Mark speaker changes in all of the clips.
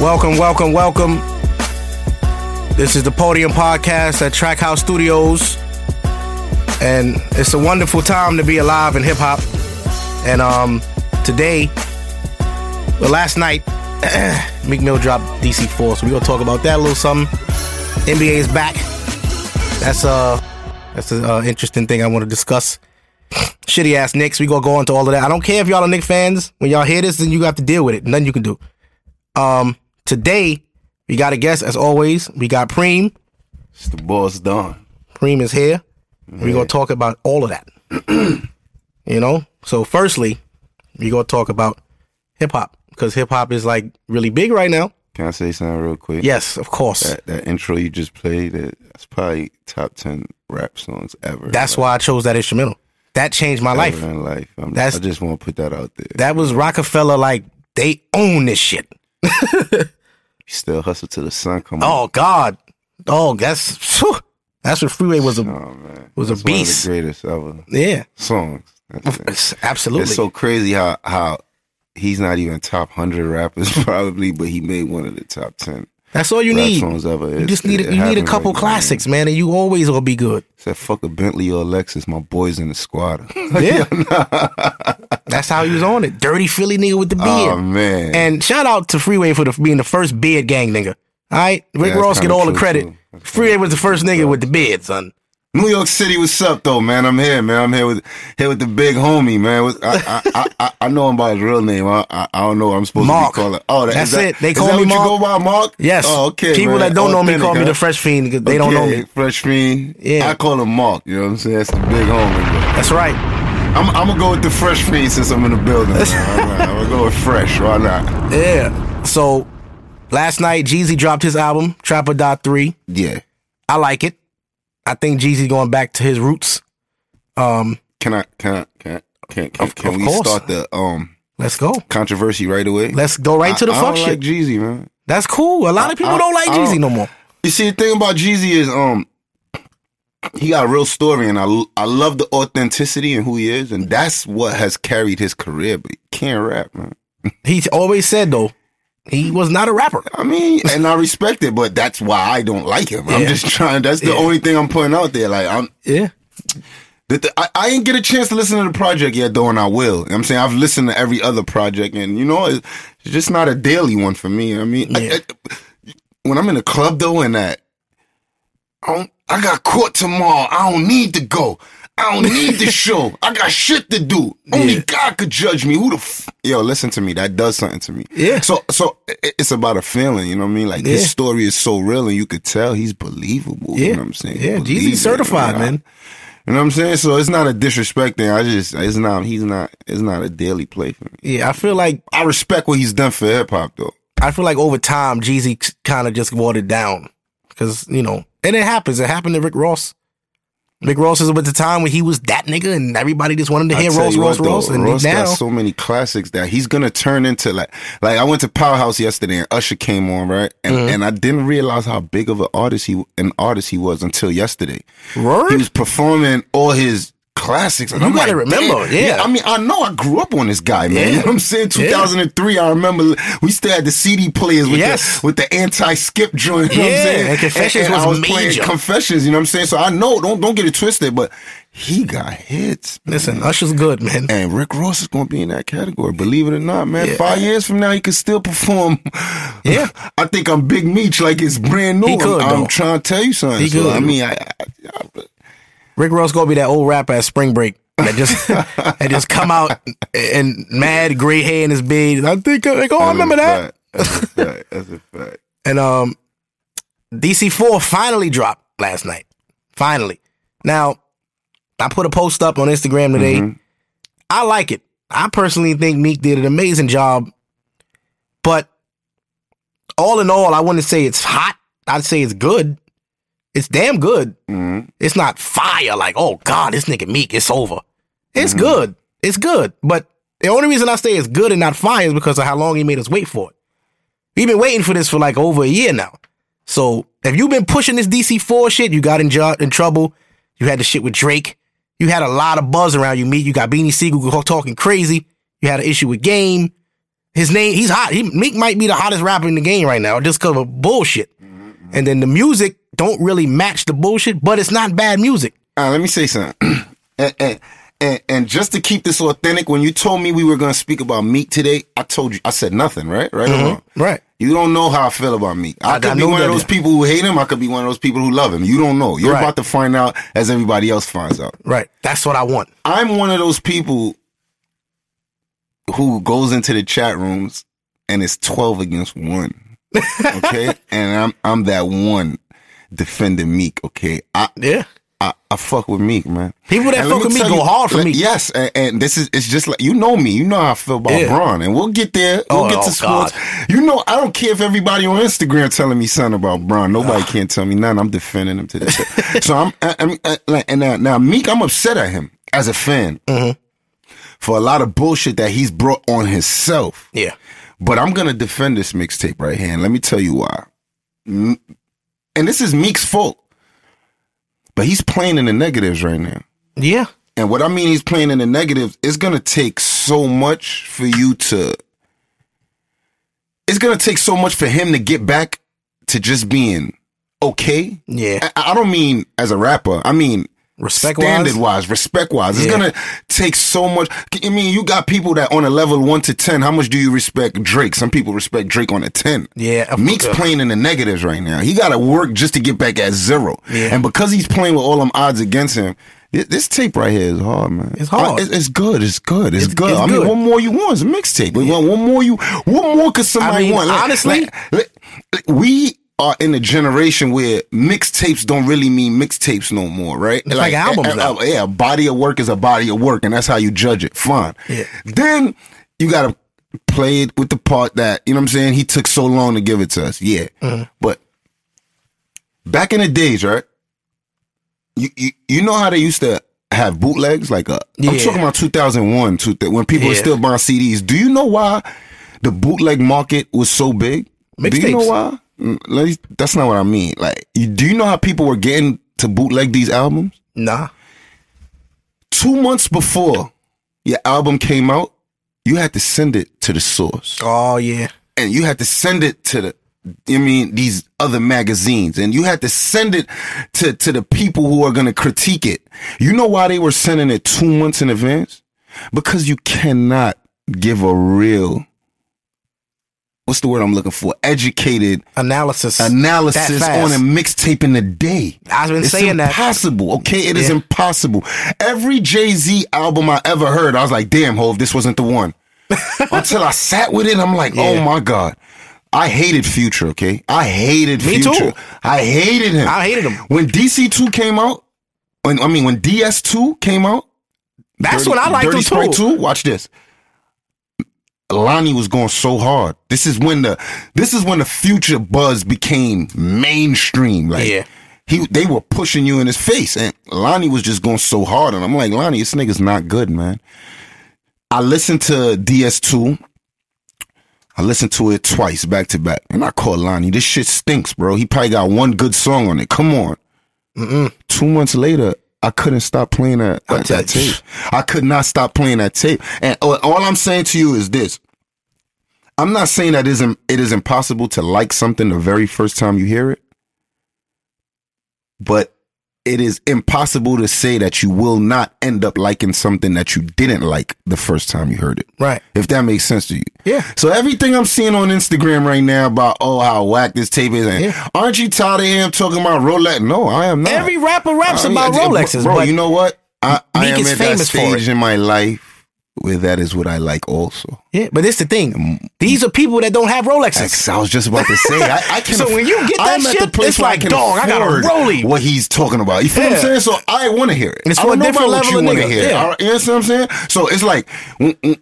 Speaker 1: Welcome, welcome, welcome. This is the Podium Podcast at Trackhouse Studios. And it's a wonderful time to be alive in hip hop. And um today, well last night, Meek Mill dropped DC4, so we're gonna talk about that a little something. NBA is back. That's uh that's an uh, interesting thing I want to discuss. Shitty ass Knicks, we gonna go into all of that. I don't care if y'all are Knicks fans. When y'all hear this, then you have to deal with it. Nothing you can do. Um, today we got a guest as always. We got Preem.
Speaker 2: It's the boss done.
Speaker 1: Preem is here. We're gonna talk about all of that. you know. So, firstly, we're gonna talk about hip hop because hip hop is like really big right now.
Speaker 2: Can I say something real quick?
Speaker 1: Yes, of course.
Speaker 2: That, that intro you just played, that- that's probably top ten rap songs ever.
Speaker 1: That's why I chose that instrumental. That changed my
Speaker 2: Like,
Speaker 1: life.
Speaker 2: ever in life. I'm,
Speaker 1: That's-
Speaker 2: I just want to put that out there.
Speaker 1: That was Rockefeller. Like they own this shit.
Speaker 2: you still hustle till the sun come up.
Speaker 1: Oh God. Oh, that's phew. that's what Freeway was. A,
Speaker 2: Oh, man,
Speaker 1: was a
Speaker 2: That's one of
Speaker 1: beast.
Speaker 2: the greatest ever
Speaker 1: yeah,
Speaker 2: songs. That's it.
Speaker 1: absolutely.
Speaker 2: It's so crazy how how he's not even top hundred rappers probably, but he made one of the top ten
Speaker 1: that's all you
Speaker 2: rap
Speaker 1: need.
Speaker 2: songs ever.
Speaker 1: You
Speaker 2: It's-
Speaker 1: just need
Speaker 2: it
Speaker 1: you need a
Speaker 2: happened
Speaker 1: couple
Speaker 2: right now,
Speaker 1: classics, man, and you always will be good.
Speaker 2: man. Said fuck a Bentley or a Lexus, my boys in the squad.
Speaker 1: Yeah, that's how he was on it. Dirty Philly nigga with the beard.
Speaker 2: oh man,
Speaker 1: and shout out to Freeway for the, being the first beard gang nigga. All right, Rick
Speaker 2: that's
Speaker 1: Ross get
Speaker 2: kinda
Speaker 1: all the
Speaker 2: true,
Speaker 1: credit.
Speaker 2: too. That's
Speaker 1: Freeway was the first nigga with the beard, son.
Speaker 2: New York City, what's up though, man? I'm here, man. I'm here with here with the big homie, man. What's- I I, I, I- I know him by his real name. I I, I don't know. what I'm supposed
Speaker 1: Mark.
Speaker 2: to be calling. Oh, that,
Speaker 1: That's
Speaker 2: is that,
Speaker 1: it. They
Speaker 2: is
Speaker 1: call
Speaker 2: that
Speaker 1: me
Speaker 2: what
Speaker 1: Mark.
Speaker 2: You go by Mark.
Speaker 1: Yes.
Speaker 2: Oh, okay.
Speaker 1: People
Speaker 2: man.
Speaker 1: that don't know me
Speaker 2: Authentic,
Speaker 1: call me
Speaker 2: huh?
Speaker 1: the Fresh Fiend because they don't know
Speaker 2: Okay,
Speaker 1: me.
Speaker 2: Fresh fiend.
Speaker 1: Yeah.
Speaker 2: I call him Mark. You know what I'm saying? That's the big homie.
Speaker 1: That's right.
Speaker 2: But I'm I'm gonna go with the fresh fiend since I'm in the building. man. All right, I'm gonna go with fresh. Why not?
Speaker 1: Yeah. So last night, Jeezy dropped his album Trapper Dot Three.
Speaker 2: Yeah.
Speaker 1: I like it. I think Jeezy going back to his roots. Um,
Speaker 2: Can I? Can I? Can I, can, can,
Speaker 1: Of-
Speaker 2: can
Speaker 1: of
Speaker 2: we
Speaker 1: course.
Speaker 2: start the um
Speaker 1: let's go.
Speaker 2: controversy right away?
Speaker 1: Let's go right to the
Speaker 2: I,
Speaker 1: fuck
Speaker 2: I don't
Speaker 1: shit.
Speaker 2: like Jeezy, man.
Speaker 1: That's cool. A lot
Speaker 2: I-
Speaker 1: of people
Speaker 2: I-
Speaker 1: don't like
Speaker 2: I
Speaker 1: Jeezy
Speaker 2: don't-
Speaker 1: no more.
Speaker 2: You see, the thing about Jeezy is, um, he got a real story, and I l- I love the authenticity and who he is, and that's what has carried his career. But he can't rap, man.
Speaker 1: He always said though, he was not a rapper.
Speaker 2: I mean, and I respect it, but that's why I don't like him. I'm
Speaker 1: Yeah.
Speaker 2: just trying. That's the only thing I'm putting out there. Like I'm,
Speaker 1: Yeah.
Speaker 2: the, th I, I ain't get a chance to listen to the project yet, though, and I will. I'm saying I've listened to every other project, and you know, it's it's just not a daily one for me. I mean, I-
Speaker 1: Yeah.
Speaker 2: I- when I'm in the club though, and that, I, don't, I got court tomorrow. I don't need to go. I don't need the show. I got shit to do. Only
Speaker 1: Yeah.
Speaker 2: God could judge me. Who the f- yo? Listen to me. That does something to me.
Speaker 1: Yeah.
Speaker 2: So so i- i- it's about a feeling. You know what I mean? Like
Speaker 1: Yeah.
Speaker 2: his story is so real, and you could tell he's believable.
Speaker 1: Yeah.
Speaker 2: You know what I'm saying?
Speaker 1: Yeah,
Speaker 2: Believe it.
Speaker 1: Jeezy certified,
Speaker 2: Yeah.
Speaker 1: man.
Speaker 2: You know what I'm saying? So it's not a disrespect thing. I just it's not he's not it's not a daily play for me.
Speaker 1: Yeah, I feel like
Speaker 2: I respect what he's done for hip hop though.
Speaker 1: I feel like over time Jeezy kind of just watered down because you know, and it happens. It happened to Rick Ross. Rick Ross is with the time when he was that nigga, and everybody just wanted to
Speaker 2: I
Speaker 1: hear
Speaker 2: tell
Speaker 1: Ross,
Speaker 2: you
Speaker 1: Ross,
Speaker 2: what, though,
Speaker 1: Ross, and
Speaker 2: Ross
Speaker 1: now
Speaker 2: got so many classics that he's gonna turn into like like I went to Powerhouse yesterday and Usher came on right and,
Speaker 1: Mm-hmm.
Speaker 2: and I didn't realize how big of an artist he an artist he was until yesterday.
Speaker 1: Word?
Speaker 2: He was performing all his classics. And
Speaker 1: You
Speaker 2: I'm
Speaker 1: gotta
Speaker 2: like,
Speaker 1: remember,
Speaker 2: "Damn."
Speaker 1: yeah.
Speaker 2: I mean, I know I grew up on this guy, man.
Speaker 1: Yeah.
Speaker 2: You know what I'm saying?
Speaker 1: Yeah.
Speaker 2: 2003, I remember we still had the CD players with
Speaker 1: Yes.
Speaker 2: the with the anti skip joint. You know what
Speaker 1: Yeah,
Speaker 2: I'm saying?
Speaker 1: and Confessions was
Speaker 2: I was playing
Speaker 1: major.
Speaker 2: Confessions. You know what I'm saying? So I know. Don't don't get it twisted, but he got hits. man.
Speaker 1: listen, Usher's good, man.
Speaker 2: And Rick Ross is going to be in that category. Believe it or not, man.
Speaker 1: Yeah.
Speaker 2: Five years from now, he could still perform.
Speaker 1: Yeah.
Speaker 2: I think I'm Big Meech like it's brand new.
Speaker 1: He could,
Speaker 2: I'm,
Speaker 1: though.
Speaker 2: I'm trying to tell you something.
Speaker 1: He
Speaker 2: So,
Speaker 1: could.
Speaker 2: I mean, I, I, I,
Speaker 1: Rick Ross gonna be that old rapper at Spring Break that just that just come out and mad gray hair in his beard. I think like, oh, I remember that.
Speaker 2: That's a fact. That's a fact.
Speaker 1: And um, DC Four finally dropped last night. Finally. Now, I put a post up on Instagram today. I like it. I personally think Meek did an amazing job. But all in all, I wouldn't say it's hot. I'd say it's good. It's damn good.
Speaker 2: Mhm.
Speaker 1: It's not fire like, oh God, this nigga Meek, it's over. It's good. It's good. But the only reason I say it's good and not fire is because of how long he made us wait for it. We've been waiting for this for like over a year now. So if you've been pushing this DC4 shit, you got in, jo- in trouble. You had the shit with Drake. You had a lot of buzz around you, Meek. You got Beanie Siegel go- talking crazy. You had an issue with Game. His name, he's hot. He, Meek might be the hottest rapper in the game right now just because of bullshit. And then the music don't really match the bullshit, but it's not bad music.
Speaker 2: Uh, let me say something. and, and, and, and just to keep this authentic, when you told me we were going to speak about meat today, I told you, I said nothing, right? Right or wrong?
Speaker 1: Right.
Speaker 2: You don't know how I feel about Meek. Mm-hmm. I,
Speaker 1: I-
Speaker 2: could
Speaker 1: I
Speaker 2: be
Speaker 1: know
Speaker 2: one of
Speaker 1: that.
Speaker 2: those people who hate him. I could be one of those people who love him. You don't know. You're
Speaker 1: Right.
Speaker 2: about to find out as everybody else finds out.
Speaker 1: Right. That's what I want.
Speaker 2: I'm one of those people who goes into the chat rooms and it's 12 against 1. Okay? and I'm I'm that one defending Meek, okay? I
Speaker 1: Yeah.
Speaker 2: I, I fuck with Meek, man.
Speaker 1: People that
Speaker 2: And
Speaker 1: fuck
Speaker 2: let
Speaker 1: with Meek
Speaker 2: tell
Speaker 1: go hard for
Speaker 2: let-
Speaker 1: Meek.
Speaker 2: Yes, and, and this is it's just like you know me. You know how I feel about
Speaker 1: Yeah.
Speaker 2: Braun, and we'll get there. We'll
Speaker 1: Oh,
Speaker 2: get
Speaker 1: oh,
Speaker 2: to sports. You know, I don't care if everybody on Instagram telling me something about Braun. Nobody can tell me nothing. I'm defending him to this. day. so I'm, I, I'm I, like, and now, now Meek, I'm upset at him as a fan
Speaker 1: Mm-hmm.
Speaker 2: for a lot of bullshit that he's brought on himself.
Speaker 1: Yeah.
Speaker 2: But I'm gonna defend this mixtape right here, and let me tell you why. M- And this is Meek's fault, but he's playing in the negatives right now.
Speaker 1: Yeah.
Speaker 2: And what I mean, he's playing in the negatives. It's gonna take so much for you to. It's gonna take so much for him to get back to just being okay.
Speaker 1: Yeah.
Speaker 2: I, I don't mean as a rapper. I mean
Speaker 1: Respect
Speaker 2: standard
Speaker 1: wise.
Speaker 2: wise, respect wise. It's
Speaker 1: Yeah.
Speaker 2: gonna take so much. I mean, you got people that on a level one to ten. How much do you respect Drake? Some people respect Drake on a ten.
Speaker 1: Yeah. of-
Speaker 2: Meek's
Speaker 1: uh,
Speaker 2: playing in the negatives right now. He got to work just to get back at zero.
Speaker 1: Yeah.
Speaker 2: And because he's playing with all them odds against him, thi- this tape right here is hard, man.
Speaker 1: It's hard.
Speaker 2: I- it's, it's good. It's good. It's,
Speaker 1: It's-
Speaker 2: good.
Speaker 1: it's
Speaker 2: I mean,
Speaker 1: good.
Speaker 2: what more you want? It's a mixtape. Like, What what more you? What more could somebody
Speaker 1: mean,
Speaker 2: want? Like-
Speaker 1: honestly-
Speaker 2: like- like- like, we are in a generation where mixtapes don't really mean mixtapes no more, right?
Speaker 1: It's like albums
Speaker 2: a- a-
Speaker 1: now.
Speaker 2: yeah, a body of work is a body of work, and that's how you judge it. Fine.
Speaker 1: Yeah.
Speaker 2: Then you gotta play it with the part that you know what I'm saying. He took so long to give it to us. Yeah,
Speaker 1: Mm-hmm.
Speaker 2: but back in the days, right? You, you you know how they used to have bootlegs, like uh i I'm
Speaker 1: Yeah.
Speaker 2: talking about 2001, two, when people were
Speaker 1: Yeah.
Speaker 2: still buying CDs. Do you know why the bootleg market was so big? Do you know
Speaker 1: Mixtapes.
Speaker 2: why? Mm, let me- That's not what I mean. Like, you, do you know how people were getting to bootleg these albums?
Speaker 1: Nah.
Speaker 2: two months before your album came out, you had to send it to the source.
Speaker 1: Oh yeah.
Speaker 2: And you had to send it to the I mean these other magazines and you had to send it to, to the people who are gonna critique it. You know why they were sending it two months in advance? Because you cannot give a real what's the word I'm looking for? Educated
Speaker 1: Analysis.
Speaker 2: analysis
Speaker 1: That
Speaker 2: on a
Speaker 1: fast.
Speaker 2: mixtape in a day.
Speaker 1: I've been
Speaker 2: It's
Speaker 1: saying that.
Speaker 2: impossible. Okay, it is
Speaker 1: Yeah.
Speaker 2: impossible. Every Jay Z album I ever heard, I was like, "Damn, Hov, this wasn't the one." Until I sat with it, I'm like, "Oh
Speaker 1: Yeah.
Speaker 2: my god." I hated Future, okay? I hated
Speaker 1: Me too.
Speaker 2: Future. I hated him.
Speaker 1: I hated him.
Speaker 2: When DC2 came out, when, I mean, when DS2 came out,
Speaker 1: That's
Speaker 2: Dirty-
Speaker 1: what I liked
Speaker 2: Dirty
Speaker 1: him
Speaker 2: Sprite
Speaker 1: too.
Speaker 2: 2, watch this. Lonnie was going so hard. This is when the this is when the future buzz became mainstream. Like
Speaker 1: Yeah.
Speaker 2: he they were pushing you in his face. And Lonnie was just going so hard. And I'm like, Lonnie, this nigga's not good, man. I listened to DS2. I listened to it twice back to back. And I called Lonnie, this shit stinks, bro. He probably got one good song on it. Come on two months later, I couldn't stop playing that, that,
Speaker 1: tell
Speaker 2: that
Speaker 1: you.
Speaker 2: tape. I could not stop playing that tape. And all all I'm saying to you is this. I'm not saying that isn't it is impossible to like something the very first time you hear it, but it is impossible to say that you will not end up liking something that you didn't like the first time you heard it.
Speaker 1: Right.
Speaker 2: If that makes sense to you.
Speaker 1: Yeah.
Speaker 2: So everything I'm seeing on Instagram right now about oh how whack this tape is, and
Speaker 1: Yeah.
Speaker 2: aren't you tired of him talking about Rolex? No, I am not.
Speaker 1: Every rapper raps
Speaker 2: I mean,
Speaker 1: about
Speaker 2: I-
Speaker 1: Rolexes,
Speaker 2: Bro,
Speaker 1: but
Speaker 2: you know what? I, I
Speaker 1: Meek
Speaker 2: am
Speaker 1: is
Speaker 2: at that
Speaker 1: famous for
Speaker 2: stage in my life where that is what I like also.
Speaker 1: Yeah, but it's the thing. These are people that don't have Rolexes.
Speaker 2: Ex- I was just about to say. I, I can.
Speaker 1: So when you get that
Speaker 2: I'm
Speaker 1: shit,
Speaker 2: at the place
Speaker 1: it's
Speaker 2: where
Speaker 1: like,
Speaker 2: I can
Speaker 1: dog, I got a
Speaker 2: afford
Speaker 1: Rollie.
Speaker 2: What he's talking about, you feel what
Speaker 1: Yeah.
Speaker 2: I'm saying? So I want to hear it.
Speaker 1: It's
Speaker 2: I
Speaker 1: for a
Speaker 2: don't know
Speaker 1: different
Speaker 2: about what
Speaker 1: level
Speaker 2: you
Speaker 1: of
Speaker 2: wanna
Speaker 1: nigga,
Speaker 2: hear.
Speaker 1: yeah.
Speaker 2: I- you know what I'm saying? So it's like. mm,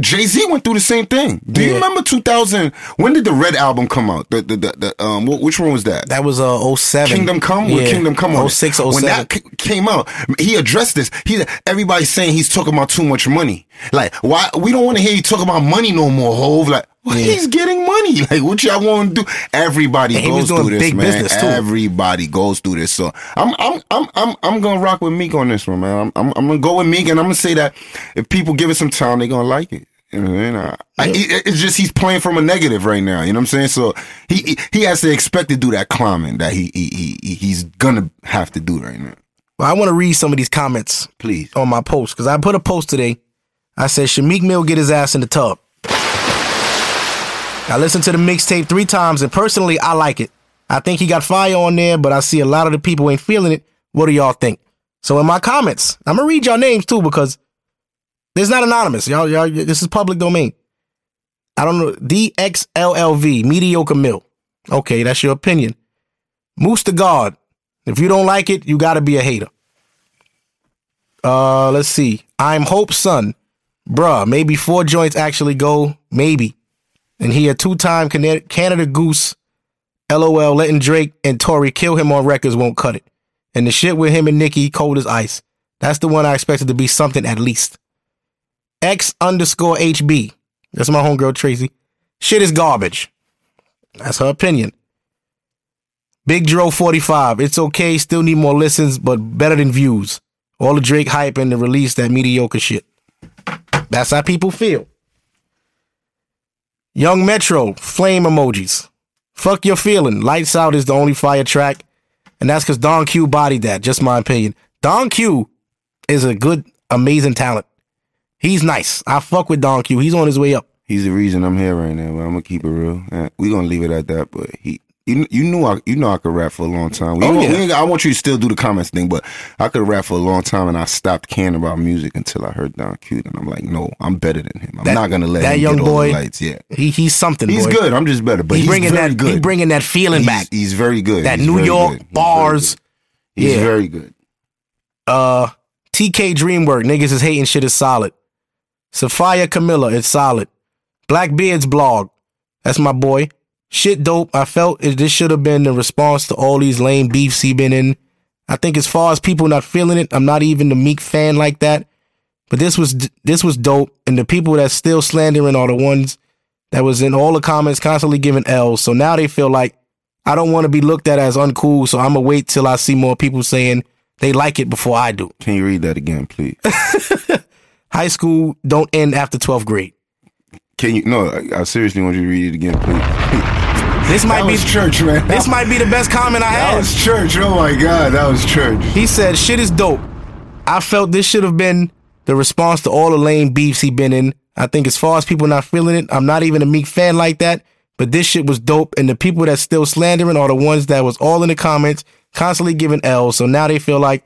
Speaker 2: Jay Z mm, went through the same thing. Do you
Speaker 1: Yeah.
Speaker 2: remember 2000? When did the Red album come out? The, the, the, the um, wh- which one was that?
Speaker 1: That was uh 07.
Speaker 2: Kingdom Come with
Speaker 1: Yeah.
Speaker 2: Kingdom Come on. it.
Speaker 1: 06, 07.
Speaker 2: When that c- came out, he addressed this. He everybody's saying he's talking about too much money. Like why we don't want to hear you talk about money no more, Hove. Like well, he's getting money. Like what y'all want to do? Everybody
Speaker 1: And he was doing
Speaker 2: goes through this,
Speaker 1: big
Speaker 2: man.
Speaker 1: business, too.
Speaker 2: Everybody goes through this. So I'm I'm I'm I'm I'm gonna rock with Meek on this one, man. I'm I'm, I'm gonna go with Meek, and I'm gonna say that if people give it some time, they're gonna like it. You know what I mean? I- I- it- it's just he's playing from a negative right now. You know what I'm saying? So he he- he has to expect to do that climbing that he he, he- he he's gonna have to do right now.
Speaker 1: I want to read some of these comments
Speaker 2: Please.
Speaker 1: on my post because I put a post today. I said, "Should Meek Mill get his ass in the tub?" I listened to the mixtape three times, and personally, I like it. I think he got fire on there, but I see a lot of the people ain't feeling it. What do y'all think? So in my comments, I'm gonna read y'all names too because it's not anonymous. Y'all, y'all, this is public domain. I don't know. DXLLV, mediocre mill. Okay, that's your opinion. Moose to God. If you don't like it, you gotta be a hater. Uh, let's see. I'm Hope Son. Bruh, maybe four joints actually go. Maybe. And he a two-time Cana- Canada Goose. LOL, letting Drake and Tory kill him on records won't cut it. And the shit with him and Nicki, cold as ice. That's the one I expected to be something at least. X underscore HB. That's my homegirl Tracy. Shit is garbage. That's her opinion. Big Dro 45. It's okay, still need more listens, but better than views. All the Drake hype and the release, that mediocre shit. That's how people feel. Young Metro, flame emojis. Fuck your feeling. Lights Out is the only fire track. And that's because Don Q bodied that, just my opinion. Don Q is a good, amazing talent. He's nice. I fuck with Don Q. He's on his way up.
Speaker 2: He's the reason I'm here right now. But I'm gonna keep it real. Uh, we gonna leave it at that. But he. You, you knew I you know I could rap for a long time. We
Speaker 1: Oh,
Speaker 2: don't-
Speaker 1: yeah.
Speaker 2: we ain't- I want you to still do the comments thing, but I could rap for a long time, and I stopped caring about music until I heard Don Q. And I'm like, no, I'm better than him. I'm
Speaker 1: That-
Speaker 2: not gonna let
Speaker 1: that
Speaker 2: him
Speaker 1: young
Speaker 2: get all
Speaker 1: boy-
Speaker 2: the lights. Yeah,
Speaker 1: He he's something.
Speaker 2: He's
Speaker 1: boy.
Speaker 2: good. I'm just better, but
Speaker 1: He
Speaker 2: he's
Speaker 1: bringing
Speaker 2: very
Speaker 1: that
Speaker 2: good.
Speaker 1: he bringing that feeling
Speaker 2: he's,
Speaker 1: back.
Speaker 2: He's very good.
Speaker 1: that
Speaker 2: He's
Speaker 1: New
Speaker 2: very
Speaker 1: York
Speaker 2: good. He's very
Speaker 1: bars.
Speaker 2: good. He's
Speaker 1: Yeah.
Speaker 2: very good.
Speaker 1: Uh, TK Dreamwork, niggas is hating shit is solid. Sophia Camilla, it's solid. Blackbeard's blog, that's my boy. Shit dope. I felt it, this should have been the response to all these lame beefs he been in. I think as far as people not feeling it, I'm not even the Meek fan like that. But this was d- this was dope, and the people that's still slandering are the ones that was in all the comments constantly giving L's. So now they feel like I don't want to be looked at as uncool, so I'm gonna wait till I see more people saying they like it before I do.
Speaker 2: Can you read that again, please?
Speaker 1: High school don't end after 12th grade.
Speaker 2: Can you? No, I, I seriously want you to read it again, please.
Speaker 1: This might
Speaker 2: That
Speaker 1: be
Speaker 2: was church, man.
Speaker 1: this might be the best comment I
Speaker 2: That
Speaker 1: had.
Speaker 2: was church. Oh my God, that was church.
Speaker 1: He said, "Shit is dope." I felt this should have been the response to all the lame beefs he been in. I think as far as people not feeling it, I'm not even a Meek fan like that. But this shit was dope, and the people that still slandering are the ones that was all in the comments, constantly giving L's. So now they feel like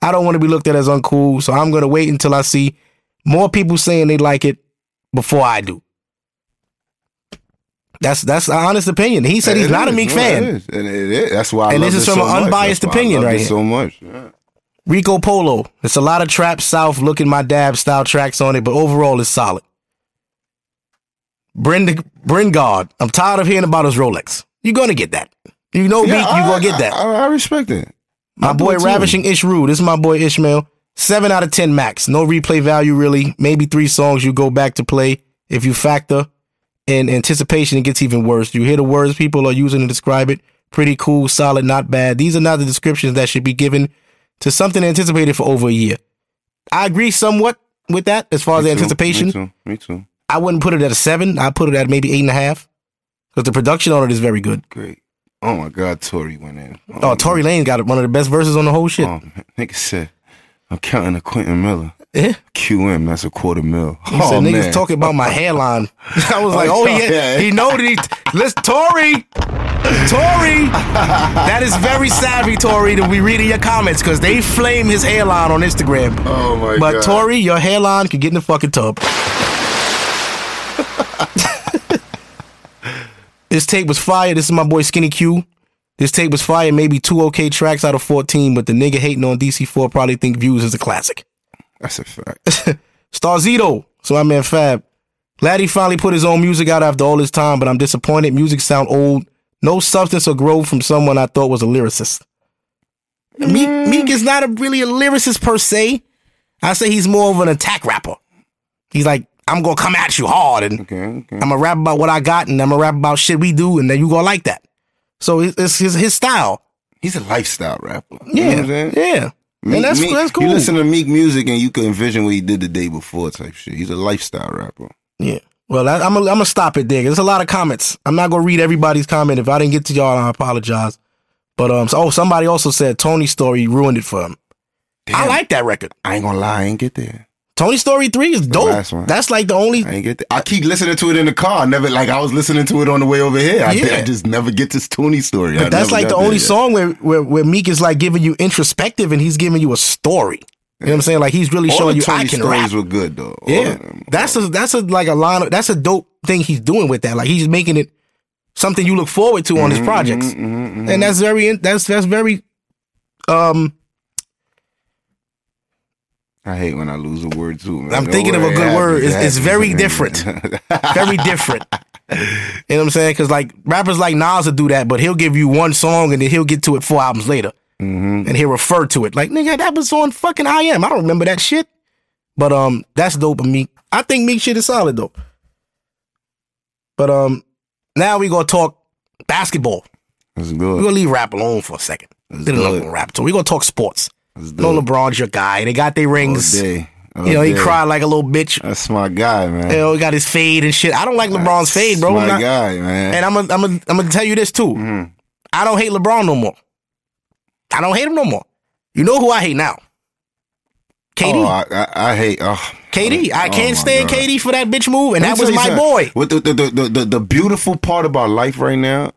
Speaker 1: I don't want to be looked at as uncool. So I'm gonna wait until I see more people saying they like it before I do. That's that's an honest opinion. He said he's
Speaker 2: It
Speaker 1: not a
Speaker 2: is.
Speaker 1: Meek
Speaker 2: No,
Speaker 1: fan.
Speaker 2: It is. And it is. That's why. I
Speaker 1: And
Speaker 2: love
Speaker 1: this is
Speaker 2: it
Speaker 1: from
Speaker 2: so
Speaker 1: an
Speaker 2: much.
Speaker 1: unbiased
Speaker 2: That's why I
Speaker 1: opinion
Speaker 2: love
Speaker 1: right
Speaker 2: it
Speaker 1: here.
Speaker 2: So much. Yeah.
Speaker 1: Rico Polo. It's a lot of trap south looking my dab style tracks on it, but overall it's solid. Brenda Bringard, I'm tired of hearing about his Rolex. You're gonna get that. You know me,
Speaker 2: I-
Speaker 1: you gonna get that.
Speaker 2: I, I, I respect it.
Speaker 1: my
Speaker 2: I do
Speaker 1: boy
Speaker 2: too.
Speaker 1: Ravishing Ishru. This is my boy Ishmael. Seven out of ten max. No replay value really. Maybe three songs you go back to play. If you factor in anticipation, it gets even worse. You hear the words people are using to describe it. Pretty cool, solid, not bad. These are not the descriptions that should be given to something anticipated for over a year. I agree somewhat with that as far as the
Speaker 2: Me too.
Speaker 1: anticipation.
Speaker 2: Me too. Me too.
Speaker 1: I wouldn't put it at a seven. I put it at maybe eight and a half. Because the production on it is very good.
Speaker 2: Great. Oh my God, Tory went in.
Speaker 1: Oh, Tory Lane got one of the best verses on the whole shit.
Speaker 2: Oh, man. Nigga said, I'm counting a Quentin Miller.
Speaker 1: Yeah.
Speaker 2: QM, that's a quarter mil.
Speaker 1: He said niggas talking about my hairline. I was like, oh,
Speaker 2: Oh,
Speaker 1: yeah,
Speaker 2: yeah.
Speaker 1: he know that he. Let's Tory. Tori, that is very savvy, Tori, to be reading your comments because they flame his hairline on Instagram.
Speaker 2: Oh my
Speaker 1: but
Speaker 2: God.
Speaker 1: Tori, your hairline could get in the fucking tub. this tape was fire. This is my boy Skinny Q. This tape was fire. Maybe two okay tracks out of 14, but the nigga hating on DC4 probably think Views is a classic.
Speaker 2: That's a fact.
Speaker 1: Starzito. So I man Fab. Glad he finally put his own music out after all this time, but I'm disappointed. Music sound old. No substance or growth from someone I thought was a lyricist. Meek,
Speaker 2: Mm.
Speaker 1: Meek is not a, really a lyricist per se. I say he's more of an attack rapper. He's like, I'm gonna come at you hard and
Speaker 2: Okay, okay.
Speaker 1: I'm gonna rap about what I got and I'm gonna rap about shit we do and then you gonna like that. So it's, it's his, his style.
Speaker 2: He's a lifestyle rapper. You know what
Speaker 1: Yeah.
Speaker 2: I'm saying?
Speaker 1: yeah.
Speaker 2: Meek-
Speaker 1: and that's,
Speaker 2: Meek-
Speaker 1: that's cool.
Speaker 2: You listen to Meek music and you can envision what he did the day before type shit. He's a lifestyle rapper.
Speaker 1: Yeah. Well, I, I'm gonna I'm stop it there. 'cause There's a lot of comments. I'm not gonna read everybody's comment. If I didn't get to y'all, I apologize. But um, so, oh, somebody also said Tony's story ruined it for him. I like that record.
Speaker 2: I ain't gonna lie, I ain't get there.
Speaker 1: Tony Story Three is dope.
Speaker 2: last one.
Speaker 1: That's like the only.
Speaker 2: I ain't get there. I keep listening to it in the car. I never like I was listening to it on the way over here. I,
Speaker 1: Yeah.
Speaker 2: did- I just never get this Tony story. I
Speaker 1: That's
Speaker 2: never
Speaker 1: like
Speaker 2: got
Speaker 1: the
Speaker 2: there
Speaker 1: only
Speaker 2: yet.
Speaker 1: song where, where where Meek is like giving you introspective and he's giving you a story. You know what I'm saying? Like he's really
Speaker 2: All
Speaker 1: showing
Speaker 2: the
Speaker 1: you
Speaker 2: Tony
Speaker 1: I can
Speaker 2: stories
Speaker 1: rap.
Speaker 2: were good though. All
Speaker 1: Yeah,
Speaker 2: of them.
Speaker 1: that's a that's a like a line. Of, that's a dope thing he's doing with that. Like he's making it something you look forward to on his projects,
Speaker 2: Mm-hmm.
Speaker 1: and that's very in- that's that's very um.
Speaker 2: I hate when I lose a word too. Man.
Speaker 1: I'm
Speaker 2: No
Speaker 1: thinking of a
Speaker 2: way.
Speaker 1: good
Speaker 2: It
Speaker 1: word.
Speaker 2: happens.
Speaker 1: It's-
Speaker 2: It
Speaker 1: it's very
Speaker 2: happens.
Speaker 1: very different. You know what I'm saying? Because like rappers like Nas will do that, but he'll give you one song and then he'll get to it four albums later,
Speaker 2: Mm-hmm.
Speaker 1: and he'll refer to it like nigga that was on fucking I am. I don't remember that shit, but um that's dope of Meek. I think Meek shit is solid though. But um now we gonna talk basketball.
Speaker 2: That's
Speaker 1: We're
Speaker 2: good.
Speaker 1: gonna leave rap alone for a second. There's
Speaker 2: do
Speaker 1: nothing
Speaker 2: it.
Speaker 1: to rap to. We're gonna talk sports.
Speaker 2: Let's do
Speaker 1: No
Speaker 2: it.
Speaker 1: LeBron's your guy. They got their
Speaker 2: All
Speaker 1: rings.
Speaker 2: day. All
Speaker 1: You know, he
Speaker 2: day.
Speaker 1: cried like a little bitch.
Speaker 2: That's my guy, man.
Speaker 1: You know, he got his fade and shit. I don't like LeBron's fade, bro.
Speaker 2: That's My
Speaker 1: Not-
Speaker 2: Mm-hmm. guy, man.
Speaker 1: And I'm gonna I'm I'm I'm tell you this too. I don't hate LeBron no more. I don't hate him no more. You know who I hate now? KD.
Speaker 2: Oh, I, I, I hate. Oh,
Speaker 1: KD. I
Speaker 2: oh
Speaker 1: can't
Speaker 2: my
Speaker 1: stand
Speaker 2: God.
Speaker 1: KD for that bitch move, and
Speaker 2: Let
Speaker 1: that was
Speaker 2: me tell you
Speaker 1: my boy.
Speaker 2: something. What the, the, the, the, the, the beautiful part about life right now,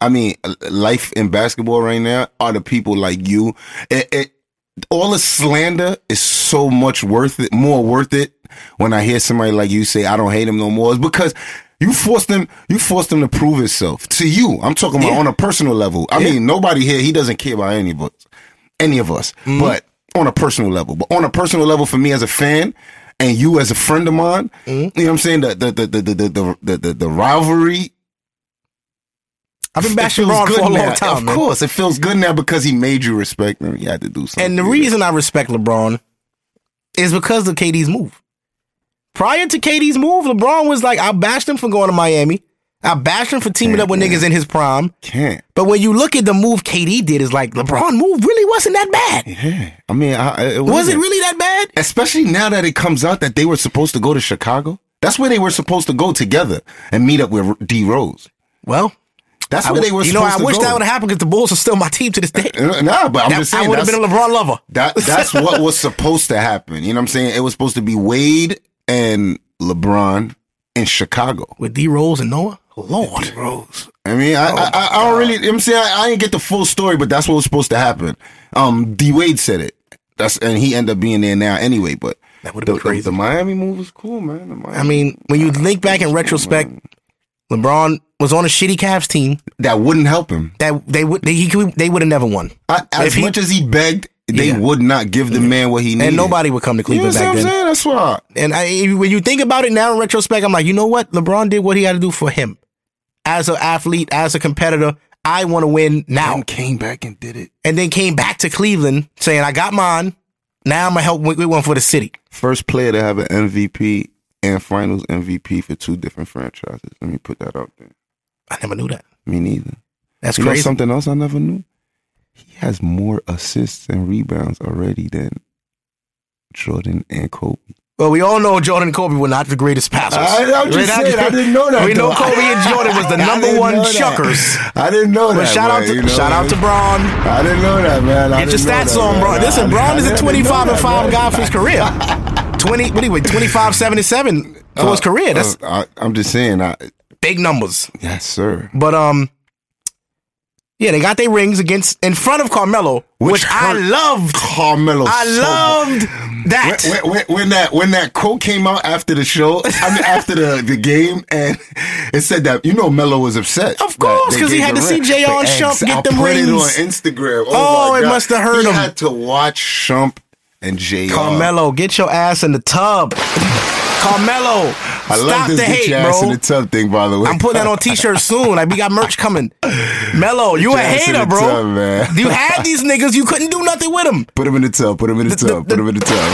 Speaker 2: I mean, uh, life in basketball right now, are the people like you. It, it, all the slander is so much worth it, more worth it when I hear somebody like you say, I don't hate him no more. It's because you forced them, you forced them to prove itself to you. I'm talking about
Speaker 1: Yeah.
Speaker 2: on a personal level. I mean, nobody here, he doesn't care about any of us, any of us,
Speaker 1: Mm-hmm.
Speaker 2: but on a personal level, but on a personal level for me as a fan and you as a friend of mine,
Speaker 1: Mm-hmm.
Speaker 2: you know what I'm saying? The, the, the, the, the, the, the, the, the rivalry
Speaker 1: I've been
Speaker 2: it
Speaker 1: bashing
Speaker 2: feels
Speaker 1: LeBron
Speaker 2: good
Speaker 1: for a long
Speaker 2: now.
Speaker 1: time,
Speaker 2: Of
Speaker 1: man.
Speaker 2: course, it feels good now because he made you respect him. You had to do something.
Speaker 1: And the
Speaker 2: Yeah.
Speaker 1: reason I respect LeBron is because of KD's move. Prior to KD's move, LeBron was like, I bashed him for going to Miami. I bashed him for teaming up with niggas in his prime.
Speaker 2: can't.
Speaker 1: But when you look at the move KD did, it's like LeBron move really wasn't that bad.
Speaker 2: Yeah, I mean, I, I- it
Speaker 1: Was it
Speaker 2: wasn't-
Speaker 1: really that bad?
Speaker 2: Especially now that it comes out that they were supposed to go to Chicago. That's where they were supposed to go together and meet up with D Rose.
Speaker 1: Well,
Speaker 2: That's
Speaker 1: I
Speaker 2: where
Speaker 1: w-
Speaker 2: they were.
Speaker 1: you know,
Speaker 2: supposed
Speaker 1: I
Speaker 2: to
Speaker 1: wish
Speaker 2: go.
Speaker 1: that would have happened because the Bulls are still my team to this day.
Speaker 2: happened. Nah, but I'm
Speaker 1: That-
Speaker 2: just saying
Speaker 1: I would have been
Speaker 2: that's-
Speaker 1: a LeBron lover.
Speaker 2: That that's what was supposed to happen. You know what I'm saying? It was supposed to be Wade and LeBron in Chicago.
Speaker 1: With D Rose and Noah? Lord.
Speaker 2: Rose. I mean,
Speaker 1: Oh
Speaker 2: I, I, I, I don't really. I'm saying I, I didn't get the full story, but that's what was supposed to happen. Um, D Wade said it. That's and he ended up being there now anyway. But
Speaker 1: That would've been
Speaker 2: the-
Speaker 1: crazy.
Speaker 2: The, the Miami move was cool, man. The Miami-
Speaker 1: I mean, when you think back in retrospect, LeBron was on a shitty Cavs team
Speaker 2: that wouldn't help him.
Speaker 1: that they would they, he could- they would have never won.
Speaker 2: I, as
Speaker 1: If he-
Speaker 2: much as he begged, they
Speaker 1: Yeah. Mm-hmm.
Speaker 2: would not give the man what he needed.
Speaker 1: And nobody would come to
Speaker 2: You know
Speaker 1: Cleveland
Speaker 2: what
Speaker 1: back
Speaker 2: I'm
Speaker 1: then.
Speaker 2: saying? That's why.
Speaker 1: And I, when you think about it now in retrospect, I'm like, you know what? LeBron did what he had to do for him. As an athlete, as a competitor, I want to win now.
Speaker 2: And came back and did it.
Speaker 1: And then came back to Cleveland saying, I got mine. Now I'm going to help with with one for the city.
Speaker 2: First player to have an MVP and Finals MVP for two different franchises. Let me put that out there.
Speaker 1: I never knew that.
Speaker 2: Me neither.
Speaker 1: That's
Speaker 2: you
Speaker 1: crazy.
Speaker 2: know something else I never knew? He has more assists and rebounds already than Jordan and Kobe.
Speaker 1: Well, we all know Jordan and Kobe were not the greatest passers.
Speaker 2: I- I'm just
Speaker 1: We're not-
Speaker 2: saying, I didn't know that,
Speaker 1: We know
Speaker 2: though.
Speaker 1: Kobe and Jordan was the
Speaker 2: I
Speaker 1: number
Speaker 2: didn't know
Speaker 1: one
Speaker 2: that.
Speaker 1: chuckers.
Speaker 2: I didn't know that.
Speaker 1: But shout out
Speaker 2: man,
Speaker 1: to
Speaker 2: you know
Speaker 1: shout out to
Speaker 2: what
Speaker 1: Braun.
Speaker 2: I mean? I didn't know that, man. I
Speaker 1: Get your
Speaker 2: didn't know
Speaker 1: stats
Speaker 2: that,
Speaker 1: on,
Speaker 2: man.
Speaker 1: Braun.
Speaker 2: I-
Speaker 1: Listen, Braun
Speaker 2: I
Speaker 1: is a
Speaker 2: didn't know
Speaker 1: 25 and
Speaker 2: that,
Speaker 1: 5
Speaker 2: man.
Speaker 1: guy for his career. 20, what do you wait, 25, 77 for his career. That's
Speaker 2: Uh, I, I'm just saying. I,
Speaker 1: big numbers.
Speaker 2: yes, sir.
Speaker 1: But um, Yeah, they got their rings against in front of Carmelo, which, I
Speaker 2: hurt
Speaker 1: loved.
Speaker 2: Carmelo.
Speaker 1: I
Speaker 2: so
Speaker 1: loved that.
Speaker 2: much. When, when, when that when that quote came out after the show, I mean after the, the game, and it said that you know Melo was upset.
Speaker 1: Of course, 'cause he had to see J.R. and Shump
Speaker 2: Shump
Speaker 1: get them
Speaker 2: I put it
Speaker 1: rings.
Speaker 2: on Instagram. Oh,
Speaker 1: Oh,
Speaker 2: my
Speaker 1: it
Speaker 2: God.
Speaker 1: must've hurt
Speaker 2: he
Speaker 1: him.
Speaker 2: had to watch Shump and Jr. uh,
Speaker 1: Carmelo, get your ass in the tub. Carmelo,
Speaker 2: I
Speaker 1: stop
Speaker 2: love this
Speaker 1: the
Speaker 2: get
Speaker 1: hate,
Speaker 2: your ass
Speaker 1: bro.
Speaker 2: in the tub thing. By the way,
Speaker 1: I'm putting that on t-shirts soon. Like we got merch coming. Mello, you a
Speaker 2: your ass in
Speaker 1: hater,
Speaker 2: the
Speaker 1: bro.
Speaker 2: tub, man.
Speaker 1: You had these niggas, you couldn't do nothing with them.
Speaker 2: Put him in the tub. Put him in the
Speaker 1: the-
Speaker 2: tub.
Speaker 1: the-
Speaker 2: Put him in the tub.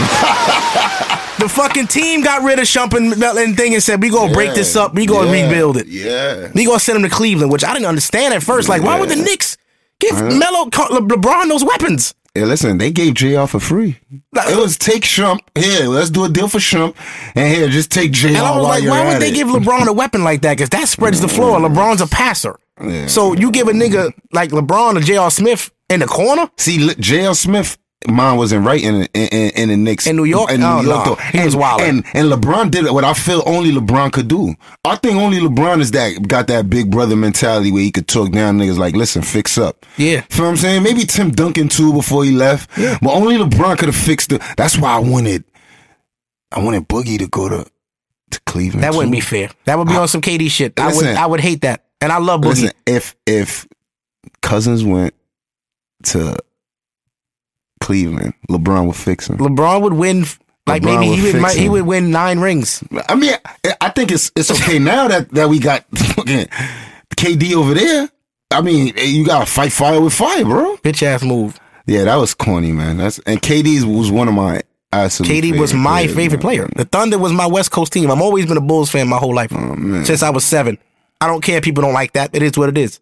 Speaker 1: The fucking team got rid of Shump and Mel- and thing and said, "We gonna break this up. We gonna
Speaker 2: Yeah.
Speaker 1: rebuild it.
Speaker 2: Yeah.
Speaker 1: We gonna send him to Cleveland," which I didn't understand at first. Like, why would the
Speaker 2: Yeah.
Speaker 1: Knicks give Melo Car- Le- LeBron those weapons?
Speaker 2: Yeah, listen, they gave JR for free.
Speaker 1: Nah.
Speaker 2: It was take Shump. Here, let's do a deal for Shump. And here, just take JR.
Speaker 1: And I
Speaker 2: while
Speaker 1: was like,
Speaker 2: you're
Speaker 1: why
Speaker 2: at
Speaker 1: would they
Speaker 2: it.
Speaker 1: give LeBron a weapon like that? Because that spreads the floor. LeBron's a passer. So you give a nigga like LeBron or J.R. Smith in the corner?
Speaker 2: See, li- J.L. Smith, mine wasn't right in, in, in, in the Knicks.
Speaker 1: In New York?
Speaker 2: In New
Speaker 1: Oh,
Speaker 2: York,
Speaker 1: nah.
Speaker 2: though.
Speaker 1: He
Speaker 2: and,
Speaker 1: was wildin'.
Speaker 2: And, and LeBron did what I feel only LeBron could do. I think only LeBron is that, got that big brother mentality where he could talk down niggas like, listen, fix up.
Speaker 1: Yeah.
Speaker 2: Feel what I'm saying? Maybe Tim Duncan too before he left.
Speaker 1: Yeah.
Speaker 2: But only LeBron could have fixed it. That's why I wanted, I wanted Boogie to go to, to Cleveland.
Speaker 1: That wouldn't
Speaker 2: too.
Speaker 1: be fair. That would be on some KD shit. I would
Speaker 2: Listen.
Speaker 1: I would hate that. And I love Boogie.
Speaker 2: Listen, if if Cousins went to Cleveland, LeBron would fix him.
Speaker 1: LeBron would win. Like
Speaker 2: LeBron
Speaker 1: maybe
Speaker 2: would
Speaker 1: he would
Speaker 2: fix
Speaker 1: might, he
Speaker 2: him.
Speaker 1: would win nine rings.
Speaker 2: I mean, I- I think it's it's okay now that that we got fucking KD over there. I mean, you gotta fight fire with fire, bro.
Speaker 1: Bitch ass move.
Speaker 2: Yeah, that was corny, man. That's and KD was one of my absolute.
Speaker 1: KD was
Speaker 2: favorite
Speaker 1: my
Speaker 2: players,
Speaker 1: favorite
Speaker 2: man.
Speaker 1: player. The Thunder was my West Coast team. I've always been a Bulls fan my whole life
Speaker 2: Oh,
Speaker 1: since I was seven. I don't care. if People don't like that. It is what it is.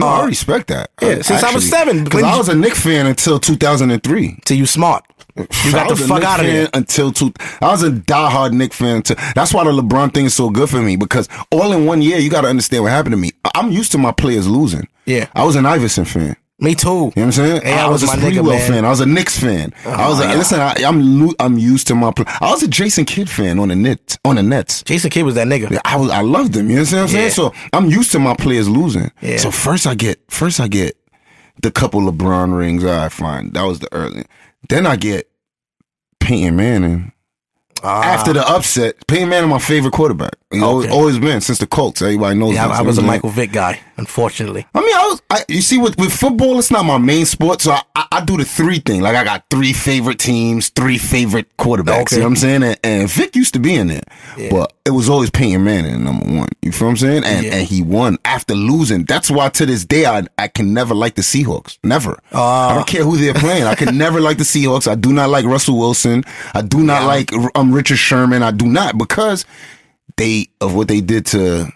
Speaker 2: No, I respect that.
Speaker 1: Yeah, since I was seven,
Speaker 2: because
Speaker 1: when
Speaker 2: I
Speaker 1: you-
Speaker 2: was a Knicks fan until two thousand and three.
Speaker 1: So you smart. You
Speaker 2: I
Speaker 1: got the
Speaker 2: was a
Speaker 1: fuck
Speaker 2: Knicks
Speaker 1: out of
Speaker 2: fan
Speaker 1: there.
Speaker 2: until two. I was a diehard Knicks fan. Until, that's why the LeBron thing is so good for me because all in one year, you got to understand what happened to me. I- I'm used to my players losing.
Speaker 1: Yeah.
Speaker 2: I was an Iverson fan.
Speaker 1: Me too.
Speaker 2: You know what I'm saying?
Speaker 1: Hey, I
Speaker 2: I was,
Speaker 1: was my
Speaker 2: a free
Speaker 1: nigga,
Speaker 2: will
Speaker 1: man. Oh
Speaker 2: fan. I was a Knicks fan. I was like, listen, I, I'm lo- I'm used to my. Pl- I was a Jason Kidd fan on the Nets. On the Nets.
Speaker 1: Jason Kidd was that nigga.
Speaker 2: I was I loved him. You know what I'm saying?
Speaker 1: Yeah.
Speaker 2: So I'm used to my players losing.
Speaker 1: Yeah.
Speaker 2: So first I get first I get the couple LeBron rings. All right, fine. That was the early. Then I get Peyton Manning. After the upset, Peyton Manning, my favorite quarterback. He always,
Speaker 1: Ah. Okay.
Speaker 2: always been since the Colts. Everybody knows.
Speaker 1: Yeah,
Speaker 2: that.
Speaker 1: I, I was a
Speaker 2: You know what I'm
Speaker 1: Michael
Speaker 2: saying?
Speaker 1: Vick guy, unfortunately.
Speaker 2: I mean, I was. I, you see, with, with football, it's not my main sport, so I, I, I do the three thing. Like I got three favorite teams, three favorite quarterbacks.
Speaker 1: Okay.
Speaker 2: You know what I'm saying? And, and Vic used to be in there, but it was always Peyton Manning number one. You feel what I'm saying? And
Speaker 1: Yeah.
Speaker 2: and he won after losing. That's why to this day I I can never like the Seahawks. Never.
Speaker 1: Ah.
Speaker 2: I don't care who they're playing. I can never like the Seahawks. I do not like Russell Wilson. I do not like um Richard Sherman. I do not because they of what they did to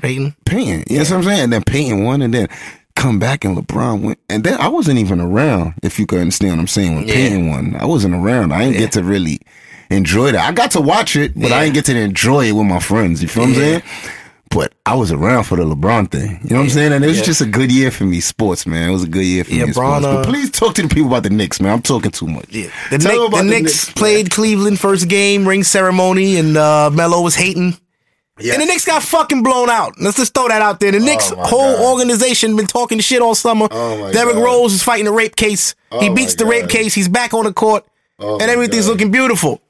Speaker 1: Peyton.
Speaker 2: Peyton. You know what I'm saying? And then Peyton won, and then come back and LeBron went. And then I wasn't even around, if you can understand what I'm saying, when
Speaker 1: Yeah.
Speaker 2: Peyton won. I wasn't around. I didn't get to really enjoy that. I got to watch it, but I didn't get to enjoy it with my friends. You feel what I'm saying? But I was around for the LeBron thing. You know what I'm saying? And it was just a good year for me, sports, man. It was a good year for
Speaker 1: Yeah,
Speaker 2: me. in
Speaker 1: Bron,
Speaker 2: sports. But
Speaker 1: uh,
Speaker 2: please talk to the people about the Knicks, man. I'm talking too much.
Speaker 1: Yeah. The,
Speaker 2: Tell
Speaker 1: Knick-
Speaker 2: them about
Speaker 1: the
Speaker 2: the
Speaker 1: Knicks
Speaker 2: Knicks, man.
Speaker 1: played Cleveland first game, ring ceremony, and uh, Melo was hating. And the Knicks got fucking blown out. Let's just throw that out there. The Knicks
Speaker 2: Oh my
Speaker 1: whole
Speaker 2: God.
Speaker 1: organization been talking shit all summer.
Speaker 2: Oh, my
Speaker 1: Derrick
Speaker 2: God. Oh
Speaker 1: Rose is fighting a rape case. he
Speaker 2: my
Speaker 1: beats the rape
Speaker 2: God. Oh
Speaker 1: case. He's back on the court, and
Speaker 2: my
Speaker 1: everything's
Speaker 2: God. Oh
Speaker 1: looking beautiful.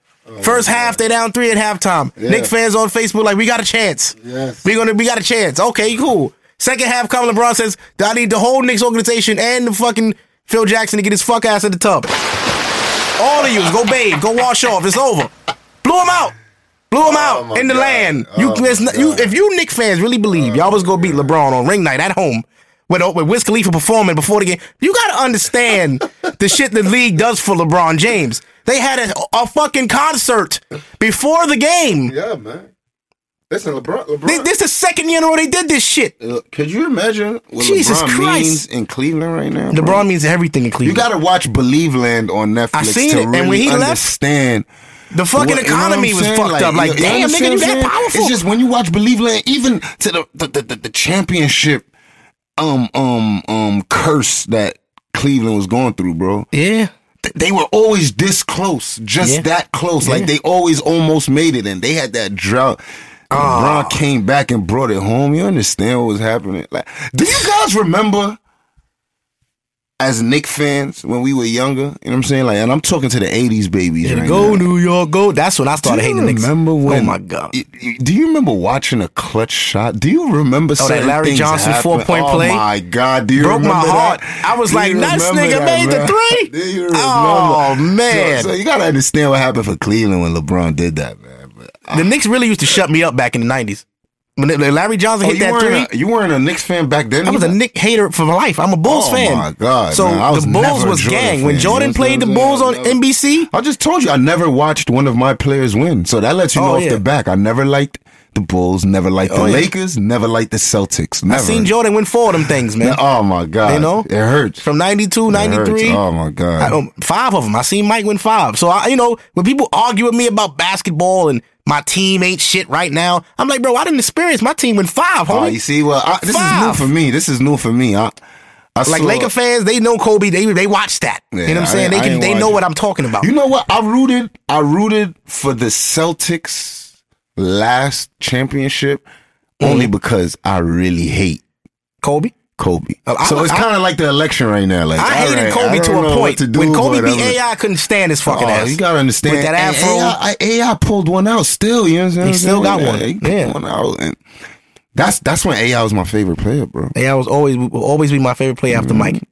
Speaker 1: First half, they down three at halftime.
Speaker 2: Yeah.
Speaker 1: Knicks fans on Facebook like, we got a chance.
Speaker 2: Yes.
Speaker 1: We gonna we got a chance. Okay, cool. Second half, Kevin LeBron says, I need the whole Knicks organization and the fucking Phil Jackson to get his fuck ass in the tub. All of you, go bathe, go wash off. It's over. Blew him out. Blew him out
Speaker 2: my
Speaker 1: in the
Speaker 2: God.
Speaker 1: land.
Speaker 2: Oh
Speaker 1: You,
Speaker 2: my
Speaker 1: there's no- you, if you Knicks fans really believe y'all was gonna beat LeBron on ring night at home with with Wiz Khalifa performing before the game, you gotta understand the shit the league does for LeBron James. They had a, a fucking concert before the game.
Speaker 2: Yeah, man. Listen, LeBron. LeBron.
Speaker 1: This, this the second year in a row they did this shit.
Speaker 2: Uh, Could you imagine what
Speaker 1: Jesus
Speaker 2: LeBron
Speaker 1: Christ.
Speaker 2: means in Cleveland right now? bro?
Speaker 1: LeBron means everything in
Speaker 2: You
Speaker 1: Cleveland.
Speaker 2: gotta watch Believe Land on Netflix
Speaker 1: I seen
Speaker 2: to
Speaker 1: it, and
Speaker 2: really
Speaker 1: when he left-
Speaker 2: understand.
Speaker 1: the fucking
Speaker 2: what- you know what
Speaker 1: economy
Speaker 2: I'm
Speaker 1: was
Speaker 2: saying?
Speaker 1: fucked up. Like,
Speaker 2: you
Speaker 1: damn,
Speaker 2: understand
Speaker 1: nigga, you
Speaker 2: what I'm
Speaker 1: that
Speaker 2: saying?
Speaker 1: powerful?
Speaker 2: It's just when you watch Believe Land, even to the the, the, the, the championship um um um curse that Cleveland was going through, bro.
Speaker 1: yeah.
Speaker 2: Th- They were always this close, just
Speaker 1: Yeah.
Speaker 2: that close. Like
Speaker 1: Yeah.
Speaker 2: they always almost made it, and they had that drought. LeBron came back and brought it home. You understand what was happening? Like, do you guys remember as Nick fans when we were younger? You know what I'm saying? Like, and I'm talking to the '80s babies.
Speaker 1: Here
Speaker 2: right
Speaker 1: go,
Speaker 2: now.
Speaker 1: New York, go. That's when I started
Speaker 2: Do you
Speaker 1: hating the Knicks.
Speaker 2: remember when?
Speaker 1: Oh my god.
Speaker 2: y- y- Do you remember watching a clutch shot? Do you remember
Speaker 1: Oh, that
Speaker 2: certain
Speaker 1: Larry
Speaker 2: things
Speaker 1: Johnson
Speaker 2: happen?
Speaker 1: four-point
Speaker 2: oh
Speaker 1: play?
Speaker 2: Oh my God! Do you
Speaker 1: Broke my
Speaker 2: remember
Speaker 1: heart.
Speaker 2: that?
Speaker 1: I was
Speaker 2: Do
Speaker 1: like,
Speaker 2: you
Speaker 1: "This
Speaker 2: remember
Speaker 1: nigga made the
Speaker 2: man?
Speaker 1: three?
Speaker 2: Do you
Speaker 1: Oh,
Speaker 2: remember?
Speaker 1: man.
Speaker 2: So, so you gotta understand what happened for Cleveland when LeBron did that, man. But
Speaker 1: The Knicks really used to shut me up back in the nineties. When it- when Larry Johnson
Speaker 2: Oh,
Speaker 1: hit
Speaker 2: you,
Speaker 1: that three,
Speaker 2: weren't a, you weren't a Knicks fan back then.
Speaker 1: I was a
Speaker 2: either?
Speaker 1: Nick hater for life. I'm a Bulls
Speaker 2: Oh,
Speaker 1: fan.
Speaker 2: my God,
Speaker 1: So
Speaker 2: man. I was
Speaker 1: the Bulls
Speaker 2: never a
Speaker 1: was
Speaker 2: Jordan
Speaker 1: gang.
Speaker 2: fan.
Speaker 1: when
Speaker 2: You
Speaker 1: Jordan
Speaker 2: know
Speaker 1: played the
Speaker 2: what I'm saying?
Speaker 1: Bulls on
Speaker 2: I never-
Speaker 1: NBC,
Speaker 2: I just told you I never watched one of my players win, so that lets you know
Speaker 1: Oh,
Speaker 2: off
Speaker 1: yeah.
Speaker 2: the back. I never liked the Bulls, never liked the
Speaker 1: Oh, yeah.
Speaker 2: Lakers, never liked the Celtics. Never.
Speaker 1: I seen Jordan win four of them things, man.
Speaker 2: Oh my God!
Speaker 1: You know?
Speaker 2: it hurts.
Speaker 1: From 92,
Speaker 2: It hurts.
Speaker 1: 93.
Speaker 2: Oh my God!
Speaker 1: I don't- five of them. I seen Mike win five. So I, you know, when people argue with me about basketball and my team ain't shit right now, I'm like, bro, I didn't experience my team win five,
Speaker 2: Oh,
Speaker 1: homie.
Speaker 2: you see, well, I, this
Speaker 1: Five.
Speaker 2: is new for me. This is new for me. I, I
Speaker 1: like
Speaker 2: saw-
Speaker 1: Laker fans, they know Kobe. They they watch that. you
Speaker 2: Yeah,
Speaker 1: know what I'm
Speaker 2: I
Speaker 1: saying?
Speaker 2: ain't-
Speaker 1: They
Speaker 2: I
Speaker 1: can
Speaker 2: ain't
Speaker 1: they
Speaker 2: watch
Speaker 1: know
Speaker 2: it.
Speaker 1: what I'm talking about.
Speaker 2: You know what? I rooted. I rooted for the Celtics last championship
Speaker 1: Mm-hmm.
Speaker 2: only because I really hate
Speaker 1: Kobe.
Speaker 2: Kobe.
Speaker 1: Uh, I-
Speaker 2: so it's
Speaker 1: I-
Speaker 2: kind of like the election right now. Like
Speaker 1: I
Speaker 2: all
Speaker 1: hated
Speaker 2: right,
Speaker 1: Kobe
Speaker 2: I
Speaker 1: to
Speaker 2: don't
Speaker 1: a
Speaker 2: know
Speaker 1: point.
Speaker 2: what to do,
Speaker 1: when Kobe
Speaker 2: but
Speaker 1: beat
Speaker 2: I'm-
Speaker 1: AI, I couldn't stand his fucking
Speaker 2: Oh,
Speaker 1: ass.
Speaker 2: You gotta understand
Speaker 1: With that
Speaker 2: and
Speaker 1: afro.
Speaker 2: AI, I- AI pulled one out still. You know what I'm saying?
Speaker 1: He still got
Speaker 2: Yeah,
Speaker 1: one.
Speaker 2: He pulled
Speaker 1: Yeah.
Speaker 2: one out, and that's that's when AI was my favorite player, bro.
Speaker 1: AI was always will always be my favorite player after Mike.
Speaker 2: Mm-hmm.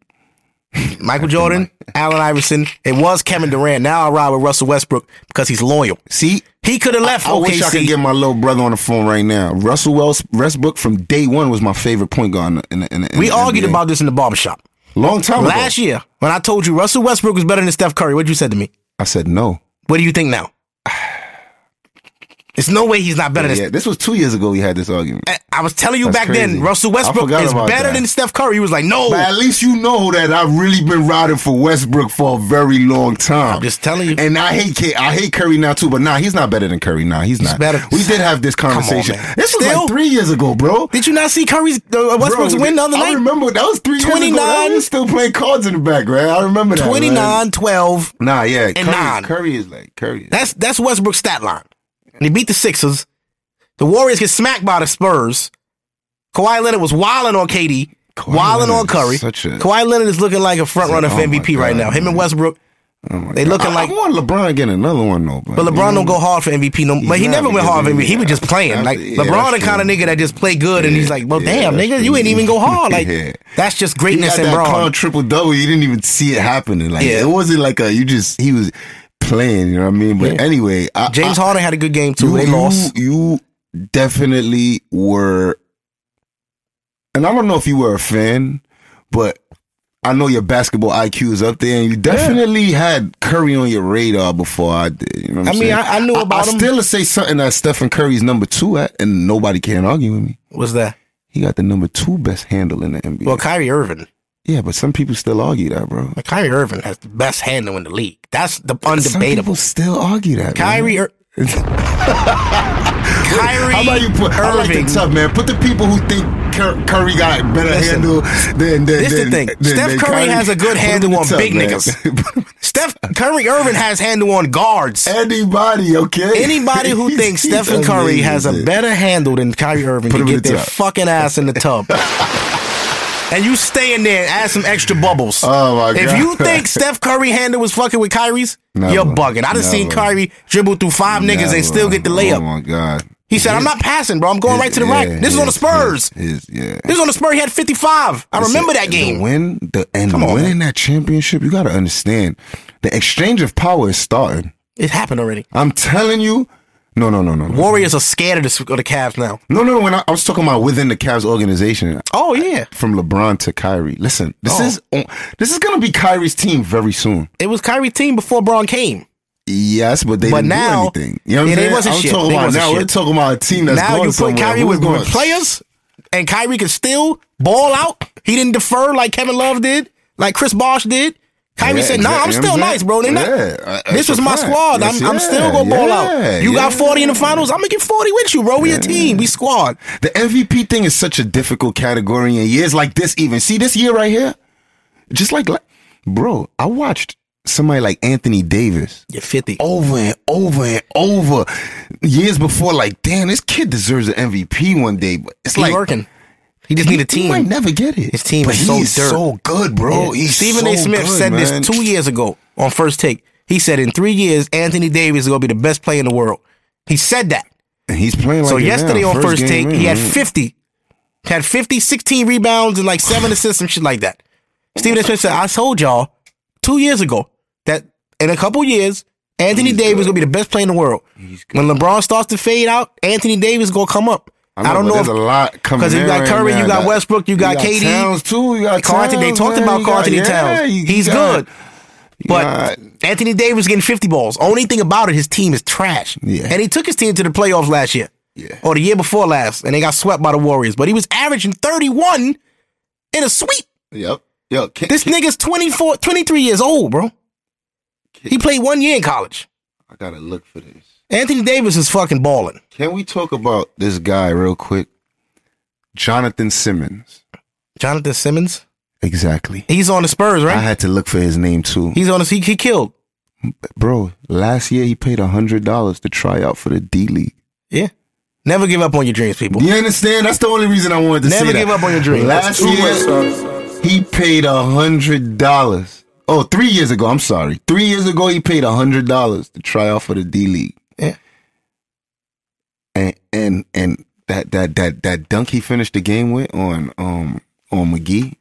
Speaker 1: Michael Jordan, Allen Iverson. It was Kevin Durant. Now I ride with Russell Westbrook because he's loyal.
Speaker 2: See,
Speaker 1: He could have left.
Speaker 2: I
Speaker 1: OKC.
Speaker 2: wish I could get my little brother on the phone right now. Russell Wells Westbrook from day one was my favorite point guard. In the, in the, in the, in Oh,
Speaker 1: we
Speaker 2: the
Speaker 1: argued
Speaker 2: NBA.
Speaker 1: about this in the barbershop
Speaker 2: long time
Speaker 1: last
Speaker 2: ago.
Speaker 1: year when I told you Russell Westbrook was better than Steph Curry. What you said to me?
Speaker 2: I said no.
Speaker 1: What do you think now? It's no way he's not better than.
Speaker 2: Yeah, this was two years ago. We had this argument.
Speaker 1: I- I was telling you
Speaker 2: That's
Speaker 1: back
Speaker 2: crazy.
Speaker 1: then, Russell
Speaker 2: I
Speaker 1: Westbrook
Speaker 2: forgot
Speaker 1: is
Speaker 2: about
Speaker 1: better
Speaker 2: that.
Speaker 1: than Steph Curry. He was like, no.
Speaker 2: But at least you know that I've really been riding for Westbrook for a very long time.
Speaker 1: I'm just telling you.
Speaker 2: And I hate K- I hate Curry now too, but nah, he's not better than Curry now. He's, not.
Speaker 1: better.
Speaker 2: We did have this
Speaker 1: on,
Speaker 2: conversation.
Speaker 1: man.
Speaker 2: This was
Speaker 1: Still-
Speaker 2: like three years ago, bro.
Speaker 1: Did you not see Curry's uh, Westbrook's
Speaker 2: Bro,
Speaker 1: win the other
Speaker 2: I
Speaker 1: night?
Speaker 2: remember that was three 29, years ago.
Speaker 1: 29.
Speaker 2: They were still playing cards in the back, right? I remember that. man.
Speaker 1: 29 12.
Speaker 2: Nah, yeah. Curry,
Speaker 1: nine.
Speaker 2: Curry is like Curry. Is
Speaker 1: That's that's Westbrook's stat line. And he beat the Sixers. The Warriors get smacked by the Spurs. Kawhi Leonard was wilding on KD,
Speaker 2: Kawhi
Speaker 1: wilding on
Speaker 2: Leonard is
Speaker 1: Curry.
Speaker 2: such a-
Speaker 1: Kawhi Leonard is looking like a front runner for
Speaker 2: Oh my
Speaker 1: MVP right
Speaker 2: God, Oh
Speaker 1: now. Him and Westbrook, they looking
Speaker 2: I,
Speaker 1: like.
Speaker 2: I want LeBron getting another one though, but,
Speaker 1: But LeBron don't go hard for MVP. No, but he
Speaker 2: not,
Speaker 1: never went
Speaker 2: because
Speaker 1: hard for
Speaker 2: he-
Speaker 1: MVP. He was just
Speaker 2: yeah,
Speaker 1: playing. Like
Speaker 2: yeah,
Speaker 1: LeBron, the
Speaker 2: that's
Speaker 1: kind of
Speaker 2: true.
Speaker 1: nigga that just play good, and he's like, "Well,
Speaker 2: yeah,
Speaker 1: damn,
Speaker 2: that's
Speaker 1: nigga,
Speaker 2: true.
Speaker 1: you ain't even go hard." Like
Speaker 2: Yeah.
Speaker 1: that's just
Speaker 2: He
Speaker 1: greatness
Speaker 2: had
Speaker 1: in
Speaker 2: that
Speaker 1: Braun.
Speaker 2: clown triple double. You didn't even see it happening. Like
Speaker 1: Yeah.
Speaker 2: it wasn't like a you just he was playing. You know what I mean? But anyway, I,
Speaker 1: James
Speaker 2: I,
Speaker 1: Harden had a good game too.
Speaker 2: you,
Speaker 1: they
Speaker 2: you-
Speaker 1: lost.
Speaker 2: You definitely were, and I don't know if you were a fan, but I know your basketball IQ is up there, and you definitely had Curry on your radar before I did. You know what
Speaker 1: I
Speaker 2: I'm
Speaker 1: mean,
Speaker 2: saying?
Speaker 1: I- I knew about
Speaker 2: I,
Speaker 1: him.
Speaker 2: still say something that Stephen Curry's number two at, and nobody can argue with me.
Speaker 1: What's that?
Speaker 2: He got the number two best handle in the NBA.
Speaker 1: Well, Kyrie Irving.
Speaker 2: yeah, but some people still argue that, bro.
Speaker 1: Like, Kyrie Irving has the best handle in the league. That's the
Speaker 2: Some
Speaker 1: undebatable.
Speaker 2: people still argue that. man.
Speaker 1: Kyrie, Ir- Kyrie
Speaker 2: How about you put? I like
Speaker 1: Irving.
Speaker 2: the tough man. Put the people who think Cur- Curry got better
Speaker 1: Listen,
Speaker 2: handle than than.
Speaker 1: this the
Speaker 2: than-
Speaker 1: thing.
Speaker 2: than-
Speaker 1: Steph
Speaker 2: than
Speaker 1: Curry has a good
Speaker 2: Put him
Speaker 1: handle
Speaker 2: in the
Speaker 1: on big
Speaker 2: man.
Speaker 1: niggas. Steph Curry Irving has handle on guards.
Speaker 2: Anybody, okay?
Speaker 1: Anybody who
Speaker 2: He's-
Speaker 1: thinks
Speaker 2: he's
Speaker 1: Stephen Curry has a
Speaker 2: amazing.
Speaker 1: better handle than Kyrie Irving
Speaker 2: Put
Speaker 1: can
Speaker 2: him in
Speaker 1: get
Speaker 2: the
Speaker 1: their
Speaker 2: tub.
Speaker 1: fucking ass in the tub. And you stay in there and add some extra bubbles.
Speaker 2: Oh, my
Speaker 1: If
Speaker 2: God.
Speaker 1: you think Steph Curry handle was fucking with Kyrie's, you're
Speaker 2: Never.
Speaker 1: bugging. I done seen
Speaker 2: Never.
Speaker 1: Kyrie dribble through five niggas
Speaker 2: Never.
Speaker 1: and still get the
Speaker 2: Oh
Speaker 1: layup.
Speaker 2: my god!
Speaker 1: He said, "I'm not passing, bro. I'm going right to the
Speaker 2: Yeah,
Speaker 1: rack." This is on the
Speaker 2: his-
Speaker 1: Spurs.
Speaker 2: his- his- yeah.
Speaker 1: This is on the Spurs. He had 55. I remember that
Speaker 2: The
Speaker 1: game.
Speaker 2: win the and
Speaker 1: Come on,
Speaker 2: winning that championship, you got to understand the exchange of power is starting.
Speaker 1: It happened already.
Speaker 2: I'm telling you, no, no, no, no, no,
Speaker 1: Warriors are scared of the, of the Cavs now.
Speaker 2: no, no. When I, I was talking about within the Cavs organization,
Speaker 1: Oh yeah,
Speaker 2: from LeBron to Kyrie. Listen, this
Speaker 1: Oh.
Speaker 2: is this is gonna be Kyrie's team very soon.
Speaker 1: it was Kyrie team before Braun came.
Speaker 2: Yes, but they
Speaker 1: But
Speaker 2: didn't
Speaker 1: now-
Speaker 2: do anything. You know what
Speaker 1: yeah,
Speaker 2: I'm
Speaker 1: they
Speaker 2: saying?
Speaker 1: wasn't
Speaker 2: I'm
Speaker 1: shit.
Speaker 2: talking
Speaker 1: They
Speaker 2: about
Speaker 1: wasn't
Speaker 2: now. We're
Speaker 1: shit.
Speaker 2: talking about a team that's
Speaker 1: now
Speaker 2: going
Speaker 1: you put
Speaker 2: somewhere.
Speaker 1: Kyrie
Speaker 2: Who's
Speaker 1: with,
Speaker 2: going-
Speaker 1: with players, and Kyrie could still ball out. He didn't defer like Kevin Love did, like Chris Bosh did. Kyrie
Speaker 2: Yeah,
Speaker 1: said, "Nah, I'm
Speaker 2: exactly.
Speaker 1: still
Speaker 2: You know what
Speaker 1: nice, bro. They
Speaker 2: I'm
Speaker 1: not,
Speaker 2: saying? Yeah, uh,
Speaker 1: this
Speaker 2: it's
Speaker 1: was
Speaker 2: a
Speaker 1: my
Speaker 2: fact.
Speaker 1: squad. I'm,
Speaker 2: Yes,
Speaker 1: I'm still
Speaker 2: yeah,
Speaker 1: gonna ball
Speaker 2: yeah,
Speaker 1: out. You got
Speaker 2: yeah.
Speaker 1: 40 in the finals. I'm gonna get 40 with you, bro. We a team. We squad.
Speaker 2: The MVP thing is such a difficult category in years like this. Even see this year right here, just like, la- bro, I watched somebody like Anthony Davis
Speaker 1: You're 50.
Speaker 2: over and over and over years before. Like, damn, this kid deserves an MVP one day. But it's
Speaker 1: Keep
Speaker 2: like
Speaker 1: working. He just need a
Speaker 2: He
Speaker 1: team.
Speaker 2: might never get it.
Speaker 1: His team
Speaker 2: but
Speaker 1: is
Speaker 2: he
Speaker 1: so
Speaker 2: is
Speaker 1: dirt.
Speaker 2: so good, bro.
Speaker 1: Yeah.
Speaker 2: He's
Speaker 1: Stephen
Speaker 2: so
Speaker 1: A. Smith
Speaker 2: good,
Speaker 1: said
Speaker 2: man.
Speaker 1: this two years ago on first take. He said in three years, Anthony Davis is gonna be the best player in the world. He said that.
Speaker 2: And he's playing like
Speaker 1: So
Speaker 2: it now.
Speaker 1: yesterday on first,
Speaker 2: game
Speaker 1: take,
Speaker 2: in,
Speaker 1: he had
Speaker 2: man.
Speaker 1: 50. Had 50, 16 rebounds and like seven assists, some shit like that. Stephen A. Smith said, I told y'all two years ago that in a couple years, Anthony Davis is gonna be the best player in the world. When LeBron starts to fade out, Anthony Davis is gonna come up. I,
Speaker 2: know,
Speaker 1: don't
Speaker 2: but
Speaker 1: know
Speaker 2: there's a lot coming
Speaker 1: because you
Speaker 2: in
Speaker 1: got
Speaker 2: right
Speaker 1: Curry,
Speaker 2: now.
Speaker 1: you got
Speaker 2: That-
Speaker 1: Westbrook, you got KD.
Speaker 2: Towns too. You got
Speaker 1: Carlton, they
Speaker 2: Towns,
Speaker 1: talked
Speaker 2: man.
Speaker 1: about
Speaker 2: You got-
Speaker 1: Carlton
Speaker 2: yeah,
Speaker 1: Towns.
Speaker 2: you
Speaker 1: He's
Speaker 2: got-
Speaker 1: good. But
Speaker 2: got-
Speaker 1: Anthony Davis getting 50 balls. Only thing about it, his team is trash.
Speaker 2: Yeah.
Speaker 1: And he took his team to the playoffs last year.
Speaker 2: Yeah.
Speaker 1: Or the year before last, and they got swept by the Warriors. But he was averaging 31 in a sweep.
Speaker 2: Yep. Yo, K-
Speaker 1: This nigga's 24, 23 years old, bro. He played one year in college.
Speaker 2: I gotta look for this.
Speaker 1: Anthony Davis is fucking balling.
Speaker 2: Can we talk about this guy real quick? Jonathan Simmons.
Speaker 1: Jonathan Simmons,
Speaker 2: Exactly.
Speaker 1: he's on the Spurs,
Speaker 2: I
Speaker 1: right?
Speaker 2: had to look for his name too.
Speaker 1: He's on the he, he killed.
Speaker 2: Bro, last year he paid hundred dollars to try out for the D League.
Speaker 1: Yeah. Never give up on your dreams, people.
Speaker 2: You understand? That's the only reason I wanted to
Speaker 1: Never
Speaker 2: say that.
Speaker 1: give up on your dream. That's
Speaker 2: Last
Speaker 1: too
Speaker 2: year, he paid a hundred dollars. Oh, three years ago. I'm sorry. Three years ago, he paid a hundred dollars to try out for the D League.
Speaker 1: Yeah.
Speaker 2: And and and that that that that dunk he finished the game with on um on McGee.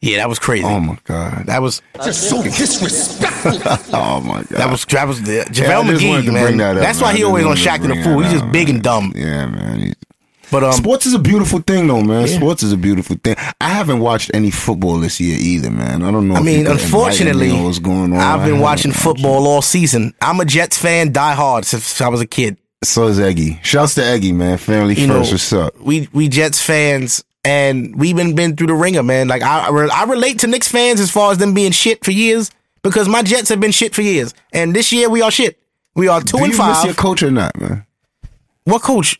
Speaker 1: Yeah, that was crazy.
Speaker 2: Oh my god.
Speaker 1: that was
Speaker 2: Oh my god.
Speaker 1: That was that was the
Speaker 2: Yeah, I
Speaker 1: JaVale
Speaker 2: just wanted
Speaker 1: McGee,
Speaker 2: to
Speaker 1: man.
Speaker 2: bring that up,
Speaker 1: That's
Speaker 2: man.
Speaker 1: why
Speaker 2: I
Speaker 1: he
Speaker 2: just
Speaker 1: always on
Speaker 2: wanted to
Speaker 1: Shaq to the
Speaker 2: bring
Speaker 1: fool.
Speaker 2: that
Speaker 1: He's just
Speaker 2: up,
Speaker 1: big and
Speaker 2: man.
Speaker 1: dumb.
Speaker 2: Yeah, man. He's-
Speaker 1: But um,
Speaker 2: Sports is a beautiful thing, though, man. Sports is a beautiful thing. I haven't watched any football this year either, man. I don't know.
Speaker 1: I
Speaker 2: if you
Speaker 1: mean,
Speaker 2: could enlighten me
Speaker 1: unfortunately,
Speaker 2: on what's going on? I
Speaker 1: I've been
Speaker 2: haven't
Speaker 1: watching
Speaker 2: watched.
Speaker 1: football all season. I'm a Jets fan, die hard since I was a kid.
Speaker 2: So is Eggy. Shouts to Eggy, man. Family
Speaker 1: You
Speaker 2: first.
Speaker 1: know,
Speaker 2: what's up?
Speaker 1: We we Jets fans, and we've been been through the ringer, man. Like I I re- I relate to Knicks fans as far as them being shit for years because my Jets have been shit for years, and this year we are shit. We are two
Speaker 2: Do
Speaker 1: and
Speaker 2: you miss
Speaker 1: five.
Speaker 2: your coach or not, man?
Speaker 1: what coach?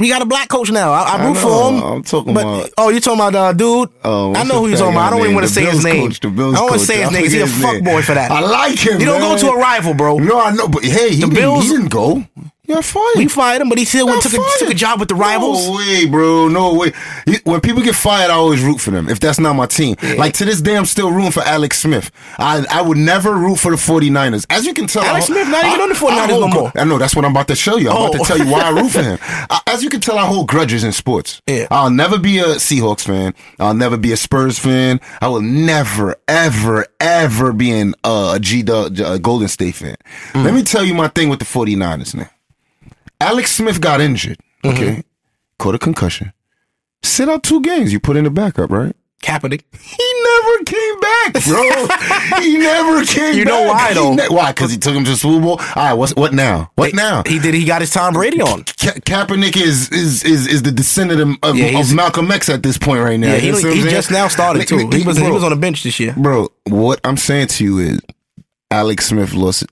Speaker 1: We got a black coach now. I, I
Speaker 2: I
Speaker 1: root
Speaker 2: know,
Speaker 1: for him.
Speaker 2: I'm talking
Speaker 1: but,
Speaker 2: about-
Speaker 1: Oh, you talking about uh, dude?
Speaker 2: Oh,
Speaker 1: I
Speaker 2: what's
Speaker 1: know
Speaker 2: the
Speaker 1: who you're
Speaker 2: fat
Speaker 1: talking about. I
Speaker 2: guy
Speaker 1: don't even
Speaker 2: name?
Speaker 1: want to
Speaker 2: The
Speaker 1: say his
Speaker 2: Bills
Speaker 1: name.
Speaker 2: coach, the Bills
Speaker 1: I don't want
Speaker 2: coach.
Speaker 1: to say
Speaker 2: I
Speaker 1: his name. He's a
Speaker 2: forget his
Speaker 1: fuck
Speaker 2: name.
Speaker 1: boy for that.
Speaker 2: I like him.
Speaker 1: You don't go
Speaker 2: man.
Speaker 1: to a rival, bro.
Speaker 2: No, I know, but hey, he, didn't,
Speaker 1: Bills-
Speaker 2: he didn't go. You're fired.
Speaker 1: We fired him, but he still went
Speaker 2: Not
Speaker 1: took a, took a
Speaker 2: fired.
Speaker 1: job with the rivals.
Speaker 2: No way, bro. No way. You- When people get fired, I always root for them. If that's not my team. Like to this day, I'm still rooting for Alex Smith. I, I would never root for the 49ers. As you can tell,
Speaker 1: Alex
Speaker 2: I-
Speaker 1: Smith not
Speaker 2: I-
Speaker 1: even on the 49ers
Speaker 2: I hold
Speaker 1: no
Speaker 2: gr-
Speaker 1: more.
Speaker 2: I know that's what I'm about to show you. I'm about
Speaker 1: Oh.
Speaker 2: to tell you why I root for him. I, as you can tell, I hold grudges in sports.
Speaker 1: Yeah.
Speaker 2: I'll never be a Seahawks fan. I'll never be a Spurs fan. I will never, ever, ever be an uh, G Dub uh, Golden State fan.
Speaker 1: Mm.
Speaker 2: Let me tell you my thing with the 49ers now. Alex Smith got injured.
Speaker 1: Mm-hmm.
Speaker 2: Okay. Caught a concussion. Sit out two games. You put in the backup, right?
Speaker 1: Kaepernick.
Speaker 2: He never came back, bro. he never came
Speaker 1: You
Speaker 2: back.
Speaker 1: know why,
Speaker 2: He
Speaker 1: though?
Speaker 2: ne- why? Because he took him to the Super Bowl. All right, what's, what now? What now?
Speaker 1: He did. He got his Tom Brady on.
Speaker 2: Ka- Kaepernick is is is is the descendant of, of,
Speaker 1: Yeah, he's-
Speaker 2: of Malcolm X at this point right now.
Speaker 1: Yeah,
Speaker 2: You
Speaker 1: he,
Speaker 2: see what I'm
Speaker 1: he
Speaker 2: saying?
Speaker 1: just now started too. He was he
Speaker 2: Bro,
Speaker 1: was on the bench this year.
Speaker 2: Bro, what I'm saying to you is, Alex Smith lost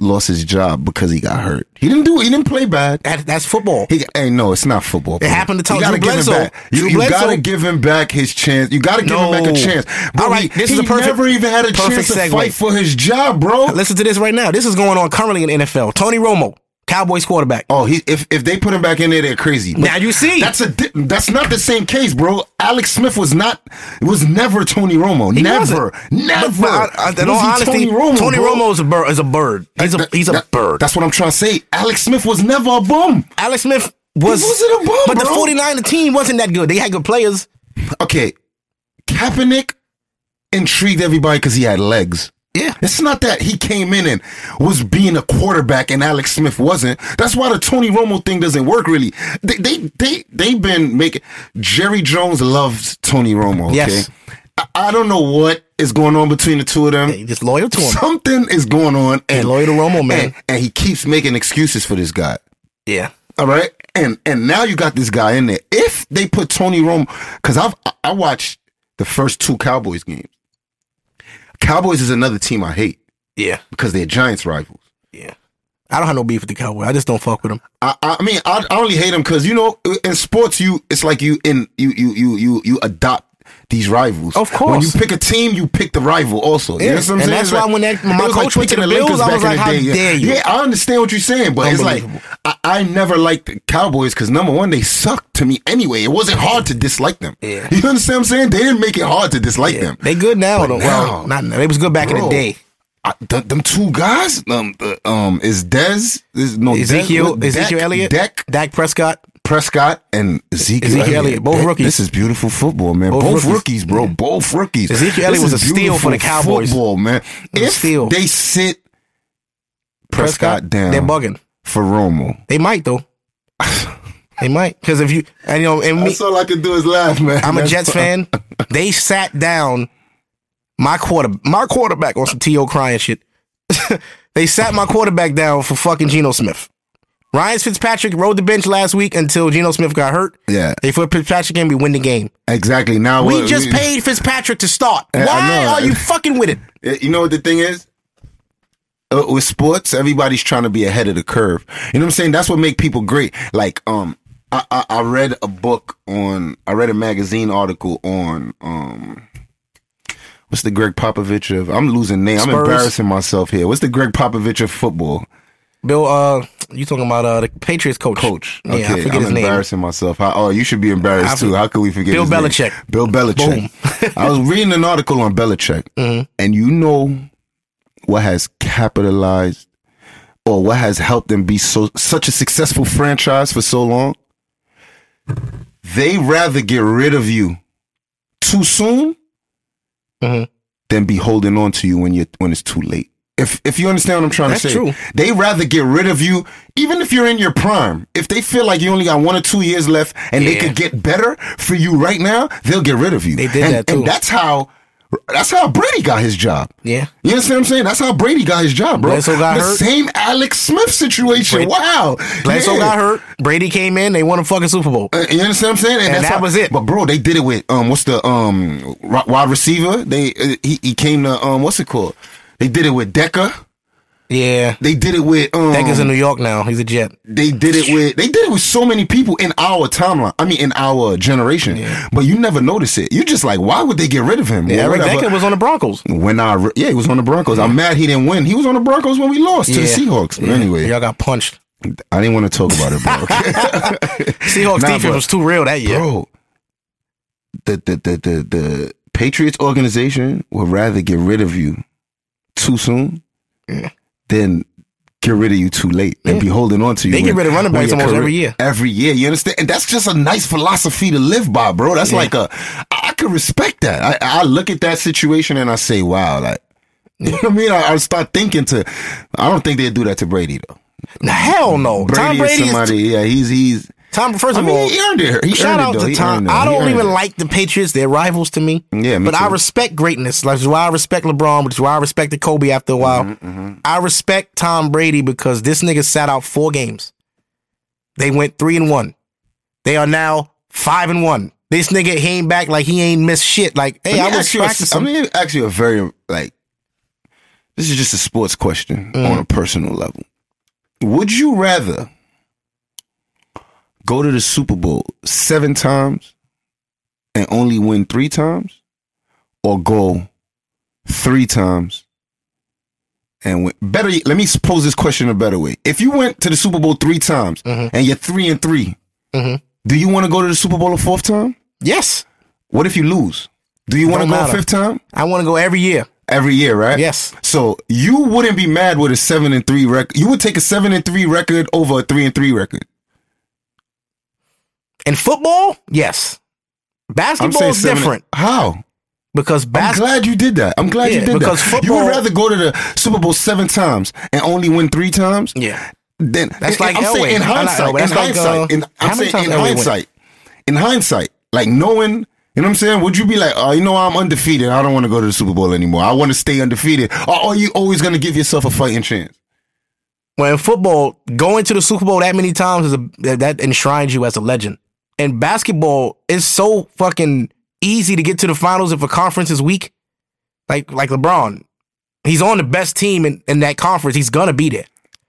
Speaker 2: lost his job because he got hurt. He didn't do. He didn't play bad.
Speaker 1: That, that's football.
Speaker 2: He, hey, no, it's not football. It
Speaker 1: happened to Tom-
Speaker 2: you gotta
Speaker 1: Drew
Speaker 2: give him
Speaker 1: Bledsoe.
Speaker 2: back. You,
Speaker 1: Drew
Speaker 2: you
Speaker 1: Bledsoe.
Speaker 2: gotta give him back his chance. You gotta give him back
Speaker 1: No.
Speaker 2: a chance. Bro,
Speaker 1: All right,
Speaker 2: he,
Speaker 1: this is
Speaker 2: he
Speaker 1: a perfect-
Speaker 2: never even had a chance
Speaker 1: perfect
Speaker 2: to
Speaker 1: segue.
Speaker 2: fight for his job, bro.
Speaker 1: Listen to this right now. This is going on currently in NFL. Tony Romo, Cowboys quarterback.
Speaker 2: Oh, he, if if they put him back in there, they're crazy. But
Speaker 1: Now you see.
Speaker 2: that's a di- that's not the same case, bro. Alex Smith was not was never Tony Romo. never,
Speaker 1: wasn't.
Speaker 2: never.
Speaker 1: But I- I- in
Speaker 2: Was
Speaker 1: all
Speaker 2: he
Speaker 1: honesty, Tony Romo, Romo
Speaker 2: bro?
Speaker 1: is a bird. Is a bird. He's a
Speaker 2: That-
Speaker 1: he's a
Speaker 2: that-
Speaker 1: bird.
Speaker 2: That's what I'm trying to say. Alex Smith was never a bum.
Speaker 1: Alex Smith was,
Speaker 2: wasn't a bum,
Speaker 1: but
Speaker 2: bro.
Speaker 1: the 49er team wasn't that good. They had good players.
Speaker 2: Okay, Kaepernick intrigued everybody because he had legs.
Speaker 1: Yeah.
Speaker 2: It's not that he came in and was being a quarterback and Alex Smith wasn't. That's why the Tony Romo thing doesn't work really. They they they they've been making Jerry Jones loves Tony Romo. Okay?
Speaker 1: Yes.
Speaker 2: I, I don't know what is going on between the two of them.
Speaker 1: He just loyal to him.
Speaker 2: Something is going on, and
Speaker 1: loyal to Romo, man.
Speaker 2: and- and he keeps making excuses for this guy.
Speaker 1: Yeah.
Speaker 2: All right, and and now you got this guy in there. If they put Tony Romo, because I've I- I watched the first two Cowboys games. Cowboys is another team I hate
Speaker 1: Yeah.
Speaker 2: because they're Giants rivals.
Speaker 1: Yeah. I don't have no beef with the Cowboys. I just don't fuck with them.
Speaker 2: I, I mean, I, I only hate them because you know in sports you it's like you in you you you you you adopt these rivals.
Speaker 1: Of course.
Speaker 2: When you pick a team, you pick the rival also. You know
Speaker 1: Yeah.
Speaker 2: what I'm
Speaker 1: And
Speaker 2: saying?
Speaker 1: that's
Speaker 2: It's
Speaker 1: why
Speaker 2: like-
Speaker 1: when that- when
Speaker 2: it
Speaker 1: my
Speaker 2: was
Speaker 1: coach went
Speaker 2: picking
Speaker 1: to the Bills, I was like, how
Speaker 2: yeah.
Speaker 1: dare you.
Speaker 2: Yeah, I understand what you're saying, but it's like
Speaker 1: Unbelievable.
Speaker 2: I, I never liked the Cowboys because number one, they sucked to me anyway. It wasn't hard to dislike them.
Speaker 1: Yeah.
Speaker 2: You understand what I'm saying? They didn't make it hard to dislike
Speaker 1: Yeah.
Speaker 2: them.
Speaker 1: They good now
Speaker 2: But
Speaker 1: though.
Speaker 2: now-
Speaker 1: well, not now. They was good back in the
Speaker 2: Bro,
Speaker 1: day.
Speaker 2: I, th- them two guys, um, uh, um, is Dez, is no Dez-
Speaker 1: Ezekiel
Speaker 2: what-
Speaker 1: Ezekiel
Speaker 2: Dak-
Speaker 1: Elliott,
Speaker 2: Dak
Speaker 1: Dak Prescott.
Speaker 2: Prescott and Ezekiel,
Speaker 1: Ezekiel Elliott, both
Speaker 2: That-
Speaker 1: rookies.
Speaker 2: This is beautiful football, man. Both,
Speaker 1: Both
Speaker 2: rookies.
Speaker 1: rookies.
Speaker 2: bro. Both rookies.
Speaker 1: Ezekiel Elliott
Speaker 2: This
Speaker 1: was
Speaker 2: is
Speaker 1: a steal for the
Speaker 2: beautiful
Speaker 1: Cowboys.
Speaker 2: Football, man.
Speaker 1: was a
Speaker 2: If
Speaker 1: steal.
Speaker 2: they sit Prescott down
Speaker 1: They're bugging.
Speaker 2: for Romo,
Speaker 1: They might though. they might because if you and you know and me,
Speaker 2: that's all I can do is laugh, man.
Speaker 1: I'm a
Speaker 2: That's
Speaker 1: Jets
Speaker 2: all-
Speaker 1: fan. They sat down my quarter my quarterback on some to crying shit. they sat my quarterback down for fucking Geno Smith. Ryan Fitzpatrick rode the bench last week until Geno Smith got hurt.
Speaker 2: Yeah.
Speaker 1: They put Fitzpatrick in, we win the game.
Speaker 2: Exactly. Now
Speaker 1: We
Speaker 2: what-
Speaker 1: just paid Fitzpatrick to start. Why
Speaker 2: I know.
Speaker 1: are you fucking with it?
Speaker 2: Uh, You know what the thing is? Uh, with sports, everybody's trying to be ahead of the curve. You know what I'm saying? That's what make people great. Like, um, I, I, I read a book on, I read a magazine article on, um, what's the Greg Popovich of? I'm losing name. I'm
Speaker 1: Spurs?
Speaker 2: embarrassing myself here. What's the Greg Popovich of football?
Speaker 1: Bill, uh, you talking about uh, the Patriots coach? Coach, yeah, I forget
Speaker 2: I'm
Speaker 1: his name.
Speaker 2: embarrassing myself. How, oh, you should be embarrassed
Speaker 1: I-
Speaker 2: too. How could we forget
Speaker 1: Bill
Speaker 2: his name?
Speaker 1: Belichick.
Speaker 2: Bill Belichick. I was reading an article on Belichick,
Speaker 1: Mm-hmm.
Speaker 2: and you know what has capitalized or what has helped them be so such a successful franchise for so long? They rather get rid of you too soon
Speaker 1: Mhm.
Speaker 2: than be holding on to you when you when it's too late. If if you understand what I'm trying
Speaker 1: That's
Speaker 2: to say,
Speaker 1: true.
Speaker 2: they rather get rid of you, even if you're in your prime. If they feel like you only got one or two years left and they
Speaker 1: Yeah.
Speaker 2: could get better for you right now, they'll get rid of you.
Speaker 1: They did
Speaker 2: and,
Speaker 1: that
Speaker 2: and
Speaker 1: too.
Speaker 2: that's how that's how Brady got his job.
Speaker 1: Yeah.
Speaker 2: You understand what I'm saying? That's how Brady got his job, bro.
Speaker 1: Bledsoe got
Speaker 2: the
Speaker 1: hurt.
Speaker 2: same Alex Smith situation.
Speaker 1: Brady-
Speaker 2: wow.
Speaker 1: Bledsoe
Speaker 2: Yeah.
Speaker 1: got hurt. Brady came in. They won a fucking Super Bowl.
Speaker 2: Uh, you understand what I'm saying?
Speaker 1: And
Speaker 2: that's
Speaker 1: that
Speaker 2: how-
Speaker 1: was it.
Speaker 2: But bro, they did it with um, what's the um, ri- wide receiver? They uh, he he came to um, what's it called? They did it with Decker.
Speaker 1: Yeah,
Speaker 2: They did it with um.
Speaker 1: Decker's in New York now. He's a Jet.
Speaker 2: they did it with they did it with so many people in our timeline. I mean, in our generation. But you never notice it. You're just like, why would they get rid of him? Well,
Speaker 1: Eric
Speaker 2: whatever.
Speaker 1: Decker was on the Broncos.
Speaker 2: when I re- yeah, he was on the Broncos. I'm mad he didn't win. He was on the Broncos when we lost to the
Speaker 1: Yeah.
Speaker 2: Seahawks. But anyway,
Speaker 1: Y'all got punched.
Speaker 2: I didn't want to talk about it, bro.
Speaker 1: Seahawks
Speaker 2: Nah,
Speaker 1: defense
Speaker 2: but-
Speaker 1: was too real that year.
Speaker 2: Bro, the the the the the Patriots organization would rather get rid of you too soon than get rid of you too late and be holding on to you.
Speaker 1: They get rid of running
Speaker 2: when
Speaker 1: backs
Speaker 2: your
Speaker 1: almost every year.
Speaker 2: Every year, you understand? And that's just a nice philosophy to live by, bro. That's like a I I can respect that. I, I look at that situation and I say, wow, like you know what I mean? I, I start thinking to I don't think they'd do that to Brady though.
Speaker 1: Nah, Hell no.
Speaker 2: Brady,
Speaker 1: Tom Brady
Speaker 2: is
Speaker 1: is,
Speaker 2: somebody, yeah, he's he's
Speaker 1: Tom. First
Speaker 2: I
Speaker 1: of
Speaker 2: mean,
Speaker 1: all,
Speaker 2: he earned it. He
Speaker 1: shout
Speaker 2: earned it,
Speaker 1: out
Speaker 2: though.
Speaker 1: to
Speaker 2: He
Speaker 1: Tom.
Speaker 2: earned it.
Speaker 1: I
Speaker 2: He
Speaker 1: don't
Speaker 2: earned
Speaker 1: even
Speaker 2: it.
Speaker 1: like the Patriots. They're rivals to me.
Speaker 2: Yeah, me
Speaker 1: but I
Speaker 2: too.
Speaker 1: respect greatness. Like, That's why I respect LeBron. Which is why I respected Kobe after a
Speaker 2: Mm-hmm,
Speaker 1: while. I respect Tom Brady because this nigga sat out four games. They went three and one. They are now five and one. This nigga came back like he ain't missed shit. Like, hey,
Speaker 2: Let
Speaker 1: I
Speaker 2: me
Speaker 1: was
Speaker 2: ask you a-
Speaker 1: practicing.
Speaker 2: Let me ask you a very like. This is just a sports question
Speaker 1: Mm.
Speaker 2: on a personal level. Would you rather go to the Super Bowl seven times and only win three times, or go three times and win? Better yet, let me pose this question a better way. If you went to the Super Bowl three times
Speaker 1: Mm-hmm.
Speaker 2: and you're three and 3
Speaker 1: Mhm.
Speaker 2: do you want to go to the Super Bowl a fourth time?
Speaker 1: yes,
Speaker 2: What if you lose? Do you want to
Speaker 1: Don't
Speaker 2: go a
Speaker 1: matter.
Speaker 2: fifth time?
Speaker 1: I want to go every year.
Speaker 2: Every year, right?
Speaker 1: Yes.
Speaker 2: So you wouldn't be mad with a seven and three record. You would take a seven and three record over a three and three record.
Speaker 1: In football, yes. Basketball is
Speaker 2: seven and-
Speaker 1: different
Speaker 2: How?
Speaker 1: because
Speaker 2: I'm
Speaker 1: basketball.
Speaker 2: glad you did that. I'm glad you
Speaker 1: Yeah,
Speaker 2: did
Speaker 1: because
Speaker 2: that. you
Speaker 1: football-
Speaker 2: would rather go to the Super Bowl seven times and only win three times
Speaker 1: Yeah.
Speaker 2: then
Speaker 1: That's
Speaker 2: in-
Speaker 1: like
Speaker 2: I'm saying
Speaker 1: Elway.
Speaker 2: in
Speaker 1: Not
Speaker 2: hindsight,
Speaker 1: Elway. That's
Speaker 2: in
Speaker 1: like,
Speaker 2: hindsight,
Speaker 1: uh,
Speaker 2: in, I'm
Speaker 1: how many
Speaker 2: saying in
Speaker 1: times Elway went?
Speaker 2: hindsight, in hindsight, like knowing, you know what I'm saying? Would you be like, oh, you know, I'm undefeated. I don't want to go to the Super Bowl anymore. I want to stay undefeated. Or are you always going to give yourself a fighting chance?
Speaker 1: Well, in football, going to the Super Bowl that many times is a, that enshrines you as a legend. In basketball, it's so fucking easy to get to the finals if a conference is weak. Like like LeBron, he's on the best team in, in that conference. He's gonna be there,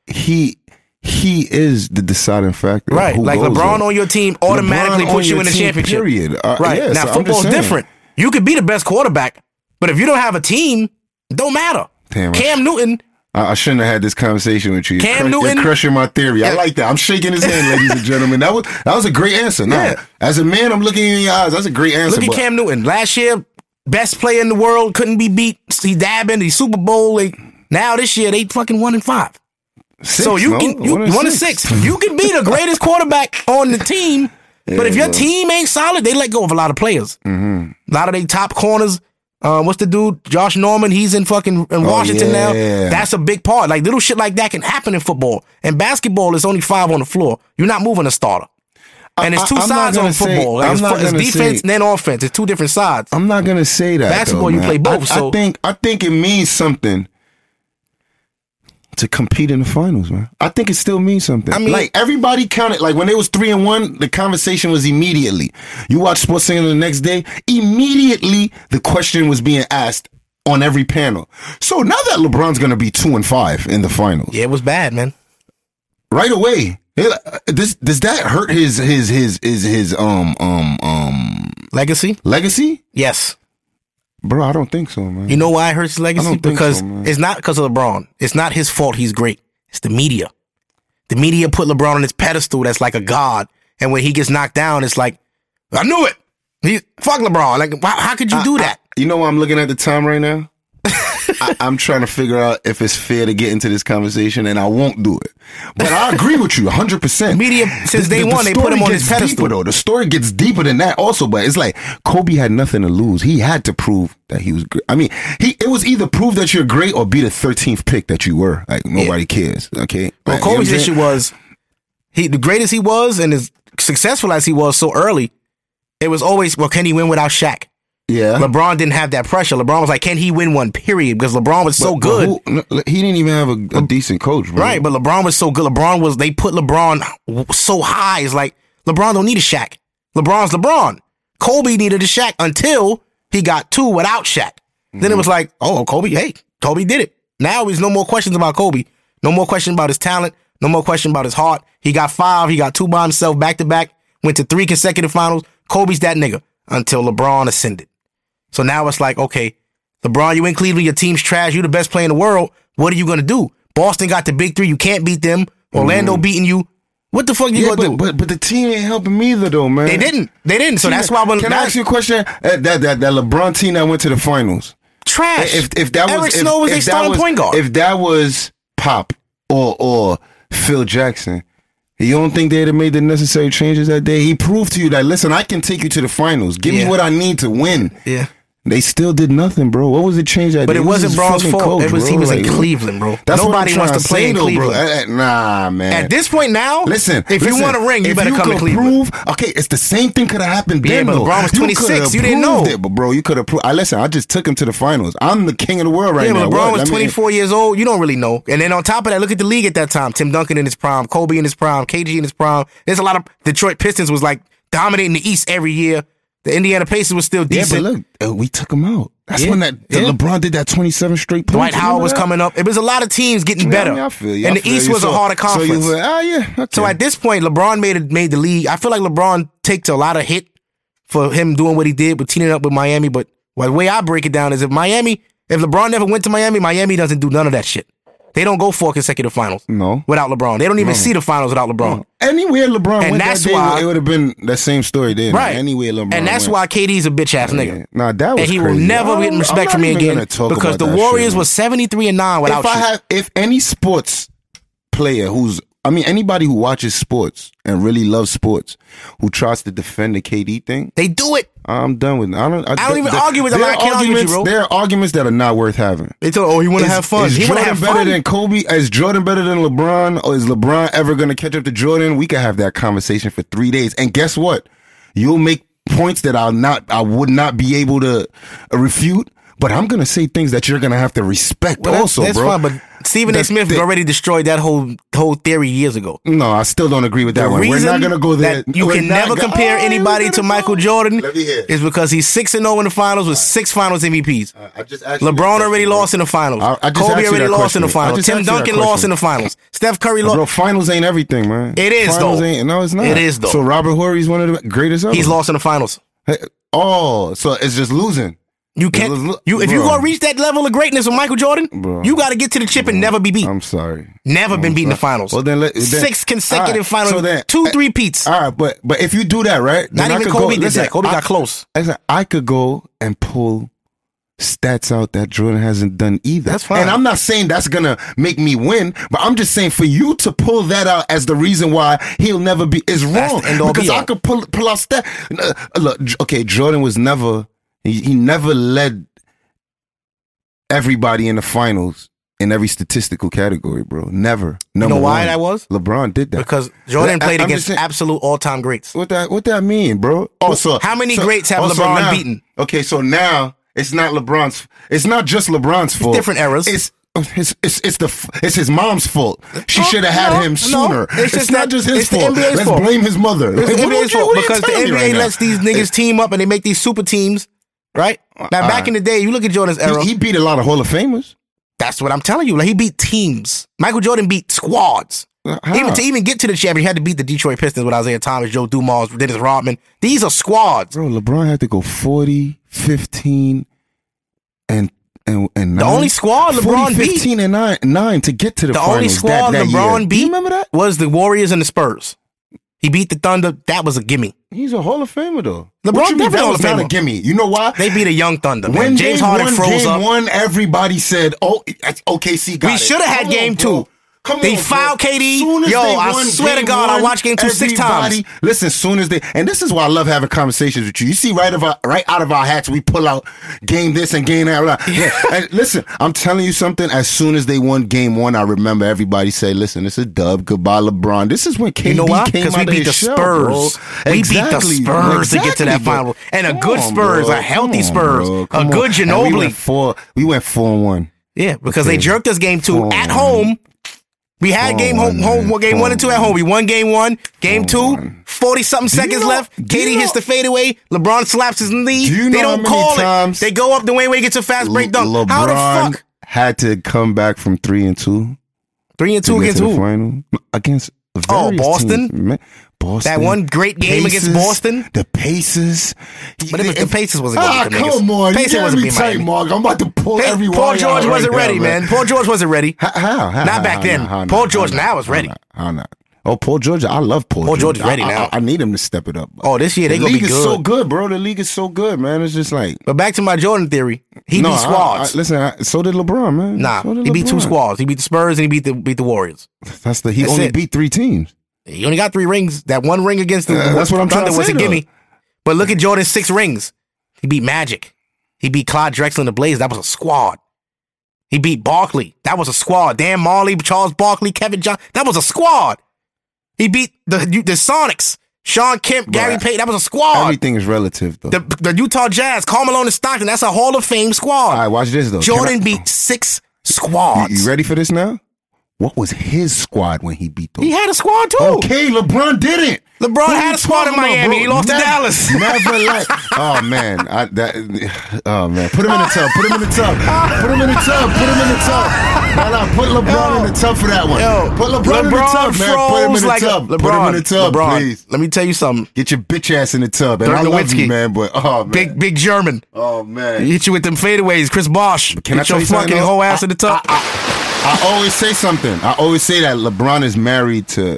Speaker 2: He he is the deciding factor.
Speaker 1: right?
Speaker 2: Who
Speaker 1: Like
Speaker 2: goes
Speaker 1: LeBron
Speaker 2: there.
Speaker 1: on your team automatically
Speaker 2: LeBron on
Speaker 1: puts you
Speaker 2: your
Speaker 1: in the
Speaker 2: team,
Speaker 1: championship.
Speaker 2: Period. Uh,
Speaker 1: Right
Speaker 2: yeah,
Speaker 1: now,
Speaker 2: so I'm just
Speaker 1: football's
Speaker 2: saying.
Speaker 1: different. You could be the best quarterback, but if you don't have a team, it don't matter.
Speaker 2: Damn, I-
Speaker 1: Cam Newton,
Speaker 2: I, I shouldn't have had this conversation with you. You're
Speaker 1: Cam
Speaker 2: crush- you're
Speaker 1: Newton-
Speaker 2: crushing my theory. I like that. I'm shaking his hand, ladies and gentlemen. That was that was a great answer. Nah,
Speaker 1: Yeah.
Speaker 2: as a man, I'm looking in your eyes. That's a great answer.
Speaker 1: look at
Speaker 2: but
Speaker 1: Cam Newton. Last year, best player in the world, couldn't be beat. He dabbing, he Super Bowl. Like, now this year, they fucking one and five.
Speaker 2: six,
Speaker 1: so you
Speaker 2: no?
Speaker 1: can you
Speaker 2: One and
Speaker 1: one to six. You can be the greatest quarterback on the team, but if your team ain't solid, they let go of a lot of players. Mm-hmm. A lot of they top corners. Uh, what's the dude? Josh Norman. He's in fucking in Washington
Speaker 2: Oh, yeah.
Speaker 1: now. That's a big part. Like little shit like that can happen in football. And basketball is only five on the floor. You're not moving a starter. And it's
Speaker 2: I-
Speaker 1: two
Speaker 2: I'm not
Speaker 1: sides
Speaker 2: gonna
Speaker 1: on
Speaker 2: say-
Speaker 1: football. Like,
Speaker 2: I'm
Speaker 1: it's,
Speaker 2: not
Speaker 1: fu- it's
Speaker 2: gonna
Speaker 1: defense
Speaker 2: say-
Speaker 1: and then offense. It's two different sides.
Speaker 2: I'm not gonna say that.
Speaker 1: Basketball,
Speaker 2: though,
Speaker 1: you
Speaker 2: man.
Speaker 1: play both,
Speaker 2: I, I
Speaker 1: so-
Speaker 2: think I think it means something to compete in the finals, man. I think it still means something.
Speaker 1: I mean-
Speaker 2: like everybody counted. Like when they was three and one, the conversation was immediately. You watch Sports Center the next day. Immediately, the question was being asked on every panel. So now that LeBron's gonna be two and five in the finals,
Speaker 1: Yeah, it was bad, man.
Speaker 2: right away. it- uh, Does does that hurt his his his his his um um um
Speaker 1: Legacy?
Speaker 2: legacy,
Speaker 1: Yes.
Speaker 2: bro? I don't think so, man.
Speaker 1: You know why it hurts his legacy?
Speaker 2: think
Speaker 1: Because
Speaker 2: so, man.
Speaker 1: it's not because of LeBron. It's not his fault he's great. It's the media. The media put LeBron on this pedestal that's like a god. And when he gets knocked down, it's like, I knew it. He fuck LeBron. Like, how, how could you do that?
Speaker 2: You know why I'm looking at the time right now? I, I'm trying to figure out if it's fair to get into this conversation, and I won't do it. But I agree with you 100%.
Speaker 1: Media, since
Speaker 2: The-
Speaker 1: day
Speaker 2: the
Speaker 1: one, they put
Speaker 2: story
Speaker 1: him on
Speaker 2: gets
Speaker 1: this pedestal.
Speaker 2: Deeper, though. The story gets deeper than that, also. But it's like Kobe had nothing to lose. He had to prove that he was great. I mean, he it was either prove that you're great or be the 13th pick that you were. Like, nobody cares. Okay.
Speaker 1: Well,
Speaker 2: Like, you know what
Speaker 1: Kobe's
Speaker 2: I'm saying?
Speaker 1: issue was he the greatest he was and as successful as he was so early, it was always, well, can he win without Shaq?
Speaker 2: Yeah.
Speaker 1: LeBron didn't have that pressure. LeBron was like, can he win one? Period. Because LeBron was so
Speaker 2: But
Speaker 1: good. Um,
Speaker 2: who- no, he didn't even have a, a decent coach, bro.
Speaker 1: Right, but LeBron was so good. LeBron was they put LeBron w- so high. It's like LeBron don't need a Shaq. LeBron's LeBron. Kobe needed a Shaq until he got two without Shaq. Then it was like, oh, Kobe, hey, Kobe did it. Now there's no more questions about Kobe. No more question about his talent. No more question about his heart. He got five. He got two by himself back to back. Went to three consecutive finals. Kobe's that nigga until LeBron ascended. So now it's like, okay, LeBron, you in Cleveland, your team's trash, you the best player in the world. What are you gonna do? Boston got the big three, you can't beat them. Orlando beating you. What the fuck you
Speaker 2: Mm.
Speaker 1: gonna
Speaker 2: Yeah, but,
Speaker 1: do?
Speaker 2: but but the team ain't helping me either, though, man.
Speaker 1: they didn't. They didn't. So that's why when
Speaker 2: Can I
Speaker 1: that's
Speaker 2: ask you a question? Uh, that that that LeBron team that went to the finals.
Speaker 1: trash.
Speaker 2: If if that was
Speaker 1: Eric
Speaker 2: if,
Speaker 1: Snow was
Speaker 2: if
Speaker 1: their
Speaker 2: that
Speaker 1: starting
Speaker 2: was-
Speaker 1: point guard.
Speaker 2: If that was Pop or or Phil Jackson, you don't think they'd have made the necessary changes that day? He proved to you that listen, I can take you to the finals. Give
Speaker 1: Yeah.
Speaker 2: me what I need to win.
Speaker 1: yeah.
Speaker 2: They still did nothing, bro. What was the change that
Speaker 1: But
Speaker 2: day?
Speaker 1: it
Speaker 2: It was
Speaker 1: wasn't
Speaker 2: his
Speaker 1: Braun's
Speaker 2: fucking
Speaker 1: fault.
Speaker 2: coach,
Speaker 1: it was he
Speaker 2: bro.
Speaker 1: was in
Speaker 2: Like,
Speaker 1: Cleveland, bro.
Speaker 2: That's what I'm
Speaker 1: Nobody
Speaker 2: trying
Speaker 1: wants to play
Speaker 2: say,
Speaker 1: in
Speaker 2: though,
Speaker 1: Cleveland.
Speaker 2: Bro. Uh, uh, Nah, man.
Speaker 1: At this point now,
Speaker 2: Listen,
Speaker 1: if you
Speaker 2: listen,
Speaker 1: want a ring, you
Speaker 2: if
Speaker 1: better come to
Speaker 2: could
Speaker 1: Cleveland.
Speaker 2: Prove, okay, it's the same thing could have happened
Speaker 1: Yeah,
Speaker 2: then.
Speaker 1: but
Speaker 2: though.
Speaker 1: LeBron was
Speaker 2: You
Speaker 1: 26,
Speaker 2: could've
Speaker 1: you didn't
Speaker 2: proved
Speaker 1: know.
Speaker 2: it, but bro, you could have. Pro- I listen. I just took him to the finals. I'm the king of the world right
Speaker 1: yeah, but
Speaker 2: now.
Speaker 1: LeBron
Speaker 2: What? I
Speaker 1: was
Speaker 2: mean,
Speaker 1: 24 years old. You don't really know. And then on top of that, look at the league at that time. Tim Duncan in his prime, Kobe in his prime, KG in his prime. There's a lot of Detroit Pistons was like dominating the East every year. The Indiana Pacers was still
Speaker 2: Yeah,
Speaker 1: decent.
Speaker 2: but look, uh, we took him out. That's
Speaker 1: Yeah,
Speaker 2: when that the
Speaker 1: yeah.
Speaker 2: LeBron did that 27 straight points.
Speaker 1: Dwight Howard
Speaker 2: Remember
Speaker 1: was
Speaker 2: that?
Speaker 1: coming up. It was a lot of teams getting
Speaker 2: Yeah, I
Speaker 1: better.
Speaker 2: mean, I feel you.
Speaker 1: And
Speaker 2: I
Speaker 1: the
Speaker 2: feel
Speaker 1: East
Speaker 2: you.
Speaker 1: was
Speaker 2: So-
Speaker 1: a harder conference.
Speaker 2: So you were, ah, yeah. Okay.
Speaker 1: So at this point, LeBron made it, made the league. I feel like LeBron takes a lot of hit for him doing what he did with teaming up with Miami. But the way I break it down is if Miami, if LeBron never went to Miami, Miami doesn't do none of that shit. They don't go four consecutive finals.
Speaker 2: No.
Speaker 1: Without LeBron. They don't even see the finals without LeBron.
Speaker 2: anywhere LeBron
Speaker 1: And
Speaker 2: went
Speaker 1: that's
Speaker 2: that day,
Speaker 1: why-
Speaker 2: it would have been that same story then.
Speaker 1: Right.
Speaker 2: Anywhere LeBron
Speaker 1: And that's
Speaker 2: went.
Speaker 1: why KD's a bitch ass nigga.
Speaker 2: Nah, that was
Speaker 1: and he will
Speaker 2: crazy. I
Speaker 1: never
Speaker 2: don't-
Speaker 1: get
Speaker 2: I'm
Speaker 1: respect
Speaker 2: not
Speaker 1: from me
Speaker 2: even
Speaker 1: again
Speaker 2: gonna talk
Speaker 1: because
Speaker 2: about
Speaker 1: the
Speaker 2: that shit,
Speaker 1: Warriors
Speaker 2: man.
Speaker 1: was 73 and 9 without
Speaker 2: if I
Speaker 1: you.
Speaker 2: have, if any sports player who's, I mean, anybody who watches sports and really loves sports, who tries to defend the KD thing,
Speaker 1: they do it.
Speaker 2: I'm done with. I don't. I,
Speaker 1: don't even argue with them.
Speaker 2: there
Speaker 1: I
Speaker 2: are
Speaker 1: can't argue with you,
Speaker 2: arguments-
Speaker 1: bro.
Speaker 2: There are arguments that are not worth having.
Speaker 1: They tell, oh, he want to
Speaker 2: Is-
Speaker 1: have fun.
Speaker 2: Is
Speaker 1: He want
Speaker 2: Jordan
Speaker 1: to have
Speaker 2: better
Speaker 1: fun.
Speaker 2: than Kobe? Is Jordan better than LeBron? Or is LeBron ever going to catch up to Jordan? We could have that conversation for three days. And guess what? You'll make points that I'll not, I would not be able to uh, refute. But I'm going to say things that you're going to have to respect
Speaker 1: Well, that-
Speaker 2: also,
Speaker 1: that's
Speaker 2: bro.
Speaker 1: fine, but Stephen A.
Speaker 2: The-
Speaker 1: Smith
Speaker 2: the-
Speaker 1: already destroyed that whole whole theory years ago.
Speaker 2: no, I still don't agree with that
Speaker 1: The
Speaker 2: one. We're
Speaker 1: reason
Speaker 2: not going to go there.
Speaker 1: that you
Speaker 2: We're
Speaker 1: can
Speaker 2: not
Speaker 1: never
Speaker 2: go-
Speaker 1: compare
Speaker 2: Oh,
Speaker 1: anybody
Speaker 2: we're
Speaker 1: to
Speaker 2: gonna
Speaker 1: Michael
Speaker 2: go-
Speaker 1: Jordan
Speaker 2: Let me hear.
Speaker 1: is because he's six and zero in the finals with six Finals MVPs.
Speaker 2: I just asked you that
Speaker 1: LeBron
Speaker 2: question,
Speaker 1: already
Speaker 2: bro.
Speaker 1: lost in the finals.
Speaker 2: I- I just asked
Speaker 1: Kobe
Speaker 2: you
Speaker 1: already
Speaker 2: that
Speaker 1: lost in the
Speaker 2: question. I
Speaker 1: finals.
Speaker 2: just
Speaker 1: Tim
Speaker 2: asked you that
Speaker 1: Duncan lost
Speaker 2: question.
Speaker 1: in the finals. Steph Curry lost.
Speaker 2: Bro, finals ain't everything, man.
Speaker 1: It is,
Speaker 2: finals
Speaker 1: though.
Speaker 2: Ain't, no, it's not.
Speaker 1: It is, though.
Speaker 2: So Robert Horry's one of the greatest. Ever.
Speaker 1: He's lost in the finals.
Speaker 2: Hey, Oh, so it's just losing.
Speaker 1: You can't.
Speaker 2: look,
Speaker 1: You if you
Speaker 2: bro.
Speaker 1: gonna reach that level of greatness with Michael Jordan,
Speaker 2: Bro.
Speaker 1: you got to get to the chip and never be beat.
Speaker 2: I'm sorry.
Speaker 1: never been beat in the finals.
Speaker 2: Well, then let- then-
Speaker 1: six
Speaker 2: all
Speaker 1: consecutive
Speaker 2: right,
Speaker 1: finals,
Speaker 2: so then- eh,
Speaker 1: two three peats.
Speaker 2: All right, but but if you do that, right? then
Speaker 1: Not
Speaker 2: I
Speaker 1: even
Speaker 2: could
Speaker 1: Kobe did
Speaker 2: listen,
Speaker 1: that. Kobe
Speaker 2: I-
Speaker 1: got close.
Speaker 2: listen, I could go and pull stats out that Jordan hasn't done either.
Speaker 1: That's fine.
Speaker 2: And I'm not saying that's gonna make me win, but I'm just saying for you to pull that out as the reason why he'll never be is
Speaker 1: That's
Speaker 2: wrong.
Speaker 1: the end all
Speaker 2: because
Speaker 1: be
Speaker 2: I
Speaker 1: all.
Speaker 2: could pull pull out stat. uh, Look, J- okay, Jordan was never he, he never led everybody in the finals in every statistical category, bro. Never. Number
Speaker 1: why
Speaker 2: one.
Speaker 1: that was?
Speaker 2: LeBron did that
Speaker 1: Because Jordan
Speaker 2: I-
Speaker 1: played
Speaker 2: I'm
Speaker 1: against
Speaker 2: just saying-
Speaker 1: absolute all time greats.
Speaker 2: what that what that mean, bro? Oh, so
Speaker 1: How many
Speaker 2: so-
Speaker 1: greats have
Speaker 2: oh, so
Speaker 1: LeBron
Speaker 2: now-
Speaker 1: beaten?
Speaker 2: Okay, so now it's not LeBron's. It's not just LeBron's fault.
Speaker 1: different eras.
Speaker 2: It's it's, it's it's the f- it's his mom's fault. She
Speaker 1: No,
Speaker 2: should have had
Speaker 1: no,
Speaker 2: him
Speaker 1: no.
Speaker 2: sooner.
Speaker 1: It's just
Speaker 2: not
Speaker 1: that-
Speaker 2: just his
Speaker 1: it's the
Speaker 2: fault.
Speaker 1: NBA's
Speaker 2: Let's
Speaker 1: fault.
Speaker 2: blame his mother.
Speaker 1: It's
Speaker 2: Like,
Speaker 1: the
Speaker 2: what
Speaker 1: NBA's
Speaker 2: you-
Speaker 1: fault
Speaker 2: what are you
Speaker 1: because the
Speaker 2: telling me
Speaker 1: NBA
Speaker 2: right now?
Speaker 1: lets these niggas team up and they make these super teams, right? Now, back
Speaker 2: right.
Speaker 1: in the day, you look at Jordan's era.
Speaker 2: Uh, He, he beat a lot of Hall of Famers.
Speaker 1: that's what I'm telling you. Like he beat teams. Michael Jordan beat squads.
Speaker 2: Uh, How?
Speaker 1: Even to even get to the championship, he had to beat the Detroit Pistons with Isaiah Thomas, Joe Dumas, Dennis Rodman. These are squads.
Speaker 2: Bro, LeBron had to go 40, 15, and and and
Speaker 1: The
Speaker 2: nine.
Speaker 1: only squad
Speaker 2: 40,
Speaker 1: LeBron beat-
Speaker 2: 15 and nine, nine to get to the,
Speaker 1: The
Speaker 2: finals.
Speaker 1: only squad
Speaker 2: that, that
Speaker 1: LeBron
Speaker 2: year. Do
Speaker 1: beat
Speaker 2: you remember that?
Speaker 1: was the Warriors and the Spurs. He beat the Thunder. That was a gimme.
Speaker 2: He's a Hall of Famer though.
Speaker 1: LeBron
Speaker 2: What you mean
Speaker 1: definitely
Speaker 2: that
Speaker 1: Hall
Speaker 2: was
Speaker 1: of
Speaker 2: not a
Speaker 1: Famer.
Speaker 2: gimme. You know why?
Speaker 1: They beat a young Thunder. man.
Speaker 2: when
Speaker 1: James
Speaker 2: game
Speaker 1: Harden
Speaker 2: one,
Speaker 1: froze
Speaker 2: game
Speaker 1: up.
Speaker 2: one, everybody said, "Oh, it's OKC got
Speaker 1: We
Speaker 2: it."
Speaker 1: shoulda had
Speaker 2: Come
Speaker 1: game
Speaker 2: on, bro.
Speaker 1: two.
Speaker 2: Come
Speaker 1: They
Speaker 2: on, bro.
Speaker 1: fouled KD.
Speaker 2: Soon as
Speaker 1: Yo,
Speaker 2: they
Speaker 1: I
Speaker 2: won
Speaker 1: swear to
Speaker 2: game
Speaker 1: God, I
Speaker 2: one,
Speaker 1: watched game two six times.
Speaker 2: everybody- Listen, soon as they, and this is why I love having conversations with you. You see, right of our, right out of our hats, we pull out game this and game that. blah, blah. and listen, I'm telling you something. As soon as they won game one, I remember everybody said, "Listen, this is dub. Goodbye, LeBron." This is when KD
Speaker 1: You know why?
Speaker 2: came
Speaker 1: Because
Speaker 2: out
Speaker 1: we
Speaker 2: of
Speaker 1: beat
Speaker 2: his
Speaker 1: the
Speaker 2: shell, bro.
Speaker 1: Spurs. we beat the
Speaker 2: Exactly,
Speaker 1: Spurs to get to that
Speaker 2: exactly, bro.
Speaker 1: final. And a
Speaker 2: Come
Speaker 1: good
Speaker 2: on,
Speaker 1: Spurs,
Speaker 2: bro.
Speaker 1: a healthy
Speaker 2: Come on,
Speaker 1: Spurs,
Speaker 2: bro.
Speaker 1: a
Speaker 2: Come on.
Speaker 1: good
Speaker 2: And We went
Speaker 1: Ginobili.
Speaker 2: four. We went four and one.
Speaker 1: Yeah, because they jerked us game two
Speaker 2: Come
Speaker 1: at
Speaker 2: on.
Speaker 1: home. We had
Speaker 2: Come
Speaker 1: game home,
Speaker 2: on,
Speaker 1: home
Speaker 2: man.
Speaker 1: game
Speaker 2: Come
Speaker 1: one and two at home. We won game one, game two, 40 something
Speaker 2: you
Speaker 1: seconds
Speaker 2: know-
Speaker 1: left.
Speaker 2: do you
Speaker 1: Katie hits
Speaker 2: know-
Speaker 1: the fadeaway. LeBron slaps his knee.
Speaker 2: Do you
Speaker 1: they
Speaker 2: know how
Speaker 1: don't
Speaker 2: many
Speaker 1: call
Speaker 2: times
Speaker 1: it. They go up the Wayne Wade gets a fast break dunk.
Speaker 2: Le- LeBron
Speaker 1: How the fuck?
Speaker 2: had to come back from three and two.
Speaker 1: Three and
Speaker 2: to
Speaker 1: two
Speaker 2: get
Speaker 1: against
Speaker 2: to the
Speaker 1: who?
Speaker 2: Final against.
Speaker 1: Oh,
Speaker 2: various
Speaker 1: Boston?
Speaker 2: teams, man. Boston.
Speaker 1: That one great game against Boston?
Speaker 2: The Pacers.
Speaker 1: But it was- the Pacers wasn't gonna
Speaker 2: Ah,
Speaker 1: beat them niggas.
Speaker 2: come on.
Speaker 1: Pacers
Speaker 2: you
Speaker 1: wasn't
Speaker 2: wasn't me
Speaker 1: beat
Speaker 2: tight,
Speaker 1: Miami.
Speaker 2: Mark. I'm about to pull
Speaker 1: Hey,
Speaker 2: everyone.
Speaker 1: Paul George wasn't ready, man. Paul George wasn't ready.
Speaker 2: How? how, how
Speaker 1: Not back
Speaker 2: how
Speaker 1: then.
Speaker 2: Not, how
Speaker 1: Paul
Speaker 2: not,
Speaker 1: George
Speaker 2: how
Speaker 1: now
Speaker 2: not,
Speaker 1: is
Speaker 2: how
Speaker 1: ready.
Speaker 2: not, How not? Oh, Paul George. I love Paul.
Speaker 1: Paul George is ready
Speaker 2: I- I-
Speaker 1: now.
Speaker 2: I, need him to step it up.
Speaker 1: Oh, this year they
Speaker 2: the
Speaker 1: gonna
Speaker 2: league
Speaker 1: be
Speaker 2: is so
Speaker 1: good.
Speaker 2: good, bro. The league is so good, man. It's just like
Speaker 1: But back to my Jordan theory. He
Speaker 2: no,
Speaker 1: beat
Speaker 2: I-
Speaker 1: squads.
Speaker 2: I- listen, I, so did LeBron, man.
Speaker 1: nah,
Speaker 2: so did
Speaker 1: he beat two
Speaker 2: LeBron.
Speaker 1: squads. He beat the Spurs and he beat the beat the Warriors.
Speaker 2: That's the he
Speaker 1: That's
Speaker 2: only
Speaker 1: it.
Speaker 2: beat three teams.
Speaker 1: He only got three rings. That one ring against the
Speaker 2: Uh, that's what I'm trying
Speaker 1: Thunder
Speaker 2: to
Speaker 1: was
Speaker 2: say,
Speaker 1: a
Speaker 2: though.
Speaker 1: gimme. But look at Jordan's six rings. He beat Magic. He beat Clyde Drexler and the Blaze. That was a squad. He beat Barkley. That was a squad. Dan Marley, Charles Barkley, Kevin John. That was a squad. He beat the the Sonics. Sean Kemp, Gary
Speaker 2: Bruh.
Speaker 1: Payton. That was a squad.
Speaker 2: Everything is relative, though.
Speaker 1: Oh, The, the Utah Jazz, Carmelo and Stockton. That's a Hall of Fame squad.
Speaker 2: All right, watch this though. Can
Speaker 1: Jordan
Speaker 2: I- oh,
Speaker 1: beat six
Speaker 2: You,
Speaker 1: squads.
Speaker 2: you ready for this now? What was his squad when he beat those?
Speaker 1: He had a squad too.
Speaker 2: okay, LeBron didn't.
Speaker 1: LeBron
Speaker 2: Who
Speaker 1: had
Speaker 2: you
Speaker 1: a squad in
Speaker 2: talking about,
Speaker 1: Miami.
Speaker 2: bro?
Speaker 1: He lost to
Speaker 2: Never-
Speaker 1: Dallas.
Speaker 2: Never like. Oh man, I, that. Oh man, put him in the tub. Put him in the tub. Put him in the tub. Put him in the tub. Nah, nah, put LeBron in the tub for that one.
Speaker 1: Yo,
Speaker 2: put LeBron, in the tub, man. Put him in
Speaker 1: froze
Speaker 2: the
Speaker 1: like a-
Speaker 2: tub. put him in the tub,
Speaker 1: LeBron,
Speaker 2: please.
Speaker 1: Let me tell you something.
Speaker 2: Get your bitch ass in the tub. And I
Speaker 1: Dirk
Speaker 2: love
Speaker 1: Nowitzki.
Speaker 2: you, man. But oh man,
Speaker 1: Big big German.
Speaker 2: oh man.
Speaker 1: Hit you with them fadeaways, Chris Bosh.
Speaker 2: can I
Speaker 1: Hit
Speaker 2: tell
Speaker 1: your
Speaker 2: you something
Speaker 1: fucking
Speaker 2: else?
Speaker 1: whole ass in the tub.
Speaker 2: I always say something. I always say that LeBron is married to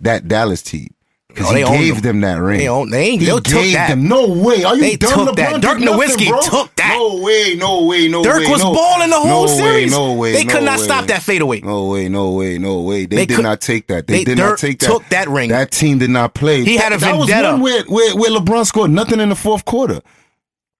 Speaker 2: that Dallas team because
Speaker 1: Oh, they
Speaker 2: he
Speaker 1: owned
Speaker 2: gave
Speaker 1: them.
Speaker 2: them. that ring.
Speaker 1: They own- they ain't-
Speaker 2: He
Speaker 1: they took
Speaker 2: gave
Speaker 1: that.
Speaker 2: them. No way. Are you
Speaker 1: They
Speaker 2: dumb?
Speaker 1: took
Speaker 2: LeBron
Speaker 1: that.
Speaker 2: did
Speaker 1: Dirk
Speaker 2: nothing,
Speaker 1: Nowitzki
Speaker 2: bro.
Speaker 1: took that.
Speaker 2: No way. No way. No
Speaker 1: Dirk
Speaker 2: way.
Speaker 1: was
Speaker 2: no,
Speaker 1: balling the whole
Speaker 2: no way,
Speaker 1: series.
Speaker 2: no way.
Speaker 1: They
Speaker 2: no
Speaker 1: could not
Speaker 2: way.
Speaker 1: stop that fadeaway.
Speaker 2: No way. No way. No way. They,
Speaker 1: They
Speaker 2: did
Speaker 1: could-
Speaker 2: not take that. They,
Speaker 1: they-
Speaker 2: did
Speaker 1: Dirk
Speaker 2: not take that.
Speaker 1: took that ring.
Speaker 2: That team did not play.
Speaker 1: He had a
Speaker 2: that,
Speaker 1: vendetta.
Speaker 2: That was one where, where, where LeBron scored nothing in the fourth quarter.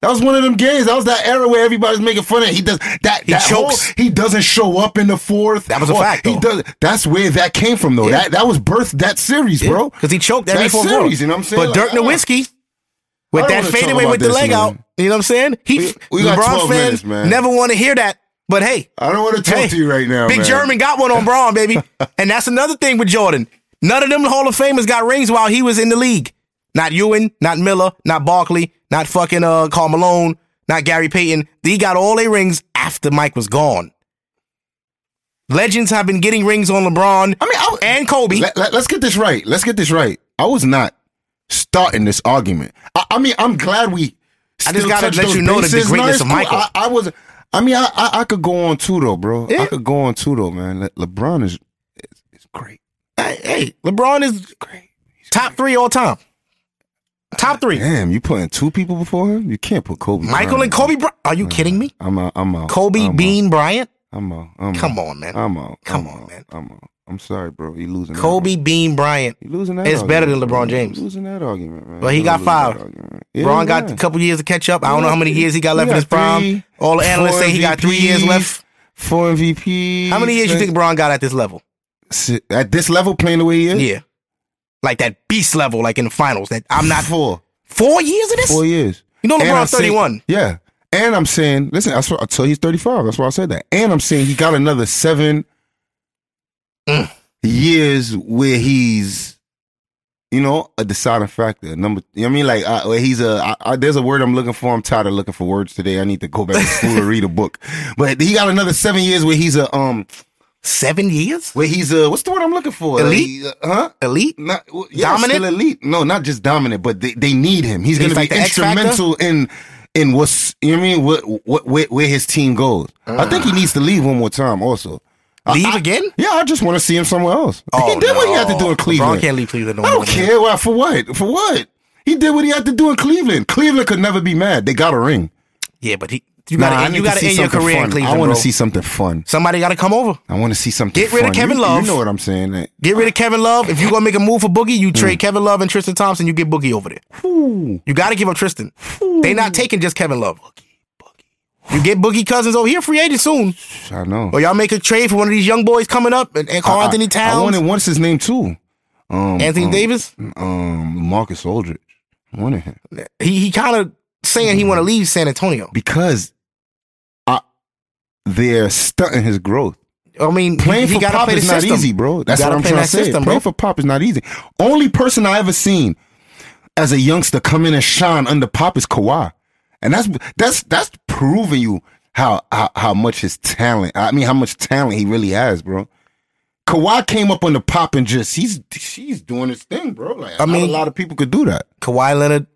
Speaker 2: That was one of them games. That was that era where everybody's making fun of. He does that.
Speaker 1: He
Speaker 2: that
Speaker 1: chokes.
Speaker 2: whole- he doesn't show up in the fourth.
Speaker 1: That was a
Speaker 2: Or
Speaker 1: fact,
Speaker 2: He
Speaker 1: though.
Speaker 2: does. That's where that came from, though.
Speaker 1: Yeah.
Speaker 2: That that was birth that series, bro.
Speaker 1: Because he choked every
Speaker 2: That
Speaker 1: fourth
Speaker 2: series,
Speaker 1: quarter.
Speaker 2: you know what I'm saying?
Speaker 1: But Dirk
Speaker 2: Like, I don't-
Speaker 1: Nowitzki, with
Speaker 2: I don't
Speaker 1: that
Speaker 2: wanna talk
Speaker 1: fadeaway
Speaker 2: about
Speaker 1: with the
Speaker 2: this,
Speaker 1: leg
Speaker 2: man.
Speaker 1: out, you know what I'm saying? He,
Speaker 2: We- we got 12
Speaker 1: LeBron fans
Speaker 2: minutes, man.
Speaker 1: never want to hear that. But hey,
Speaker 2: I don't want to talk
Speaker 1: Hey,
Speaker 2: to you right now,
Speaker 1: Big
Speaker 2: man.
Speaker 1: German got one on Braun, baby. and that's another thing with Jordan. None of them Hall of Famers got rings while he was in the league. Not Ewan, not Miller, not Barkley, not fucking uh Carl Malone, not Gary Payton. They got all their rings after Mike was gone. Legends have been getting rings on LeBron
Speaker 2: I mean, I,
Speaker 1: and Kobe.
Speaker 2: let, let, us get this right. Let's get this right. I was not starting this argument. I, I mean, I'm glad we.
Speaker 1: I just
Speaker 2: still
Speaker 1: gotta
Speaker 2: touched
Speaker 1: let
Speaker 2: those
Speaker 1: you know the- the
Speaker 2: bases. No,
Speaker 1: greatness
Speaker 2: it's
Speaker 1: of
Speaker 2: cool.
Speaker 1: Michael.
Speaker 2: I, I was. I mean, I, I I could go on too though, bro.
Speaker 1: Yeah.
Speaker 2: I could go on too though, man. Le- LeBron is is- is great.
Speaker 1: Hey, hey, LeBron is
Speaker 2: Great.
Speaker 1: top three all time. Top three.
Speaker 2: Damn, you putting two people before him? You can't put Kobe.
Speaker 1: Michael
Speaker 2: Bryant.
Speaker 1: and Kobe Bryant. Are you kidding me?
Speaker 2: I'm out. I'm out.
Speaker 1: Kobe
Speaker 2: I'm out.
Speaker 1: Bean Bryant?
Speaker 2: I'm out. I'm out.
Speaker 1: Come on, man.
Speaker 2: I'm out.
Speaker 1: Come
Speaker 2: I'm
Speaker 1: on,
Speaker 2: out.
Speaker 1: man.
Speaker 2: I'm out. I'm sorry, bro. You losing. that
Speaker 1: Kobe Bean Bryant.
Speaker 2: You losing that?
Speaker 1: It's better than
Speaker 2: argument, bro.
Speaker 1: LeBron James.
Speaker 2: You losing that argument, man.
Speaker 1: But he
Speaker 2: You
Speaker 1: got
Speaker 2: losing that
Speaker 1: five.
Speaker 2: argument. Yeah,
Speaker 1: LeBron got
Speaker 2: man.
Speaker 1: a couple years to catch up. I don't know how many years he got left in his
Speaker 2: got
Speaker 1: prime.
Speaker 2: three,
Speaker 1: All the analysts
Speaker 2: four
Speaker 1: say he got three years
Speaker 2: MVPs,
Speaker 1: left.
Speaker 2: Four MVPs.
Speaker 1: How many years you think LeBron got at this level?
Speaker 2: think at this level playing the way he is?
Speaker 1: Yeah. Like that beast level, like in the finals. That I'm not
Speaker 2: four.
Speaker 1: four years of this?
Speaker 2: Four years.
Speaker 1: You know
Speaker 2: And I'm
Speaker 1: LeBron's
Speaker 2: saying-
Speaker 1: 31.
Speaker 2: yeah, and I'm saying, listen, that's what, until he's 35. That's why I said that. And I'm saying he got another seven
Speaker 1: Mm.
Speaker 2: years where he's, you know, a deciding factor. Number, you know what I mean, like uh, where he's a. I, I, there's a word I'm looking for. I'm tired of looking for words today. I need to go back to school and read a book. But he got another seven years where he's a um,
Speaker 1: Seven years?
Speaker 2: where he's a. What's the word I'm looking for?
Speaker 1: Elite?
Speaker 2: Uh, huh?
Speaker 1: Elite?
Speaker 2: not well, yeah,
Speaker 1: Dominant?
Speaker 2: still elite. No, not just dominant, but they, they need him. He's going
Speaker 1: He's
Speaker 2: to
Speaker 1: like
Speaker 2: be
Speaker 1: the X factor?
Speaker 2: instrumental in in what's you know what I mean. What what where, where his team goes. I
Speaker 1: Ah.
Speaker 2: think he needs to leave one more time. Also, I-
Speaker 1: Leave
Speaker 2: Uh, I-
Speaker 1: again?
Speaker 2: Yeah, I just want to see him somewhere else. he did what he had to
Speaker 1: Oh, no.
Speaker 2: do in
Speaker 1: LeBron
Speaker 2: Cleveland.
Speaker 1: can't leave Cleveland no
Speaker 2: I
Speaker 1: more.
Speaker 2: don't
Speaker 1: man.
Speaker 2: care. Why for what? For what? He did what he had to do in Cleveland. Cleveland could never be mad. They got a ring.
Speaker 1: Yeah, but he, you gotta,
Speaker 2: Nah, I need
Speaker 1: you
Speaker 2: to
Speaker 1: gotta
Speaker 2: see
Speaker 1: end your
Speaker 2: something
Speaker 1: career
Speaker 2: fun.
Speaker 1: in Cleveland.
Speaker 2: I
Speaker 1: want
Speaker 2: want to see something fun.
Speaker 1: somebody gotta come over.
Speaker 2: I want to see something.
Speaker 1: Get rid of
Speaker 2: fun.
Speaker 1: Kevin
Speaker 2: You-
Speaker 1: Love.
Speaker 2: You know what I'm saying? eh?
Speaker 1: Get rid of Kevin Love. If you're gonna make a move for Boogie, you
Speaker 2: Hmm.
Speaker 1: trade Kevin Love and Tristan Thompson. You get Boogie over there.
Speaker 2: Ooh.
Speaker 1: You gotta give up Tristan. They not taking just Kevin Love. You get Boogie Cousins over here, free agent soon,
Speaker 2: I know.
Speaker 1: or y'all make a trade for one of these young boys coming up and, and call
Speaker 2: I-
Speaker 1: Anthony
Speaker 2: I
Speaker 1: Towns,
Speaker 2: wanted once his name too. Um,
Speaker 1: Anthony
Speaker 2: um,
Speaker 1: Davis.
Speaker 2: um, Marcus Aldridge. I wanted him
Speaker 1: He he kind of saying he
Speaker 2: Hmm.
Speaker 1: want to leave San Antonio.
Speaker 2: because I, they're stunting his growth.
Speaker 1: I mean, he-
Speaker 2: Playing
Speaker 1: he,
Speaker 2: for
Speaker 1: gotta
Speaker 2: Pop
Speaker 1: play the
Speaker 2: is not
Speaker 1: system.
Speaker 2: easy, bro. That's
Speaker 1: gotta
Speaker 2: what I'm
Speaker 1: play
Speaker 2: trying
Speaker 1: that
Speaker 2: to say.
Speaker 1: system, bro.
Speaker 2: Playing for Pop is not easy. Only person I ever seen as a youngster come in and shine under Pop is Kawhi, and that's that's that's proving you how how, how much his talent. I mean, how much talent he really has, bro. Kawhi came up on the pop and just he's she's doing his thing, bro. Like
Speaker 1: I
Speaker 2: I mean,
Speaker 1: mean-
Speaker 2: a lot of people could do that.
Speaker 1: Kawhi Leonard,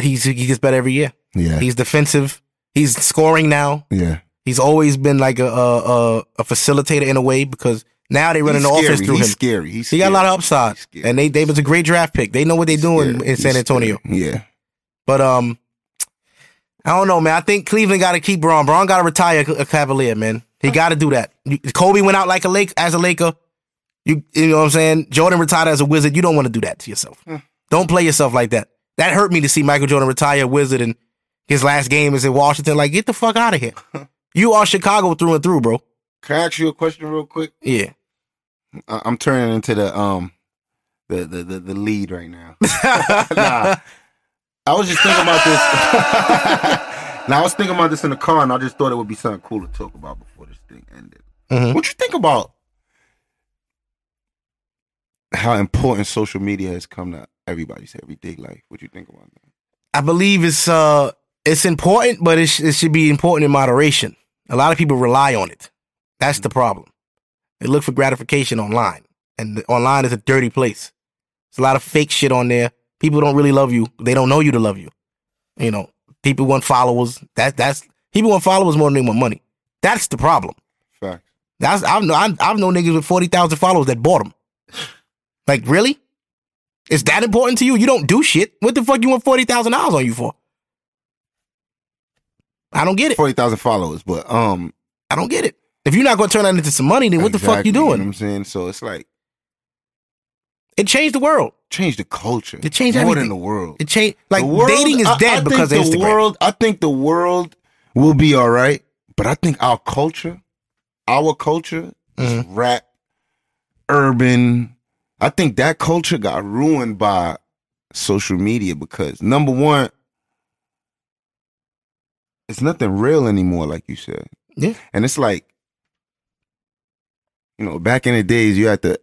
Speaker 1: he's he gets better every year.
Speaker 2: Yeah,
Speaker 1: He's defensive. He's scoring now.
Speaker 2: yeah.
Speaker 1: He's always been like a a, a, a facilitator in a way because now they running the
Speaker 2: He's
Speaker 1: offense
Speaker 2: scary.
Speaker 1: through
Speaker 2: He's
Speaker 1: him.
Speaker 2: Scary. He's
Speaker 1: He got a lot of upside,
Speaker 2: He's scary.
Speaker 1: and they they was a great draft pick. They know what they're doing in San Antonio.
Speaker 2: Yeah.
Speaker 1: But um, I don't know, man. I think Cleveland got to keep Braun. Braun got to retire a Cavalier, man. He got to do that. You- Kobe went out like a lake as a Laker. You you know what I'm saying? Jordan retired as a Wizard. You don't want to do that to yourself. Don't play yourself like that. That hurt me to see Michael Jordan retire a Wizard and his last game is in Washington. Like, get the fuck out of here. You are Chicago through and through, bro.
Speaker 2: Can I ask you a question real quick?
Speaker 1: Yeah.
Speaker 2: I- I'm turning into the um the the the, the lead right now. nah. I was just thinking about this. now I was thinking about this in the car, and I just thought it would be something cool to talk about before this thing ended.
Speaker 1: Mhm.
Speaker 2: What you think about how important social media has come to everybody's everyday life? What you think about that?
Speaker 1: I believe it's uh it's important, but it, sh- it should be important in moderation. A lot of people rely on it. That's the problem. They look for gratification online, and the- online is a dirty place. There's a lot of fake shit on there. People don't really love you. They don't know you to love you. You know, people want followers. That that's people want followers more than they want money. That's the problem.
Speaker 2: Fact.
Speaker 1: That's I've know I've, I've known niggas with forty thousand followers that bought them. Like really, is that important to you? You don't do shit. What the fuck you want forty thousand dollars on you for? I don't get it.
Speaker 2: Forty thousand followers, but um,
Speaker 1: I don't get it. If you're not gonna turn that into some money, then what the fuck
Speaker 2: exactly,
Speaker 1: you
Speaker 2: know what
Speaker 1: doing?
Speaker 2: I'm saying so. It's like
Speaker 1: It changed the world.
Speaker 2: change the culture.
Speaker 1: It changed
Speaker 2: more
Speaker 1: everything.
Speaker 2: than the world.
Speaker 1: It changed like
Speaker 2: The world-
Speaker 1: dating is
Speaker 2: I-
Speaker 1: dead
Speaker 2: I think
Speaker 1: because
Speaker 2: the
Speaker 1: of Instagram.
Speaker 2: world. I think the world will be all right, but I think our culture, our culture, is
Speaker 1: Mm-hmm.
Speaker 2: rap, urban. I think that culture got ruined by social media because number one, it's nothing real anymore, like you said.
Speaker 1: Yeah.
Speaker 2: And it's like, you know, back in the days, you had to,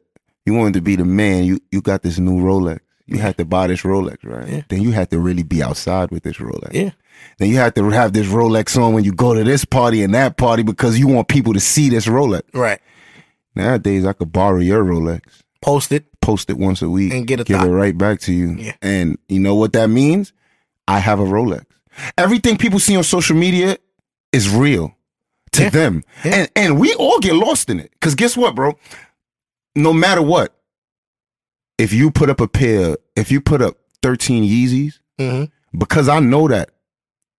Speaker 2: you wanted to be the man. You you got this new Rolex. You had to buy this Rolex, right?
Speaker 1: Yeah.
Speaker 2: Then you had to really be outside with this Rolex.
Speaker 1: Yeah.
Speaker 2: Then you had to have this Rolex on when you go to this party and that party because you want people to see this Rolex.
Speaker 1: Right.
Speaker 2: Nowadays, I could borrow your Rolex,
Speaker 1: Post it.
Speaker 2: post it once a week
Speaker 1: And get a
Speaker 2: give
Speaker 1: thought.
Speaker 2: it right back to you.
Speaker 1: Yeah.
Speaker 2: And you know what that means? I have a Rolex. Everything people see on social media is real to
Speaker 1: Yeah.
Speaker 2: them.
Speaker 1: Yeah.
Speaker 2: And and we all get lost in it. Cause guess what, bro? No matter what, if you put up a pair, if you put up 13 Yeezys,
Speaker 1: hmm
Speaker 2: because I know that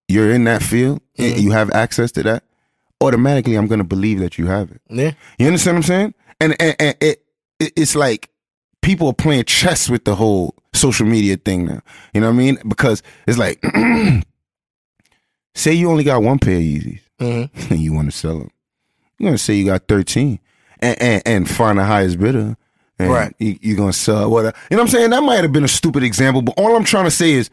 Speaker 2: you're in that field
Speaker 1: Mm-hmm.
Speaker 2: and you have access to that, automatically I'm gonna believe that you have it.
Speaker 1: Yeah.
Speaker 2: You understand what I'm saying? And and, and it, it it's like people are playing chess with the whole social media thing now. You know what I mean? Because it's like, say you only got one pair of Yeezys
Speaker 1: hmm
Speaker 2: and you want to sell them. You're gonna say you got 13 and and, and find the highest bidder. And
Speaker 1: Right.
Speaker 2: You, you're gonna sell whatever. You know what I'm saying? That might have been a stupid example, but all I'm trying to say is.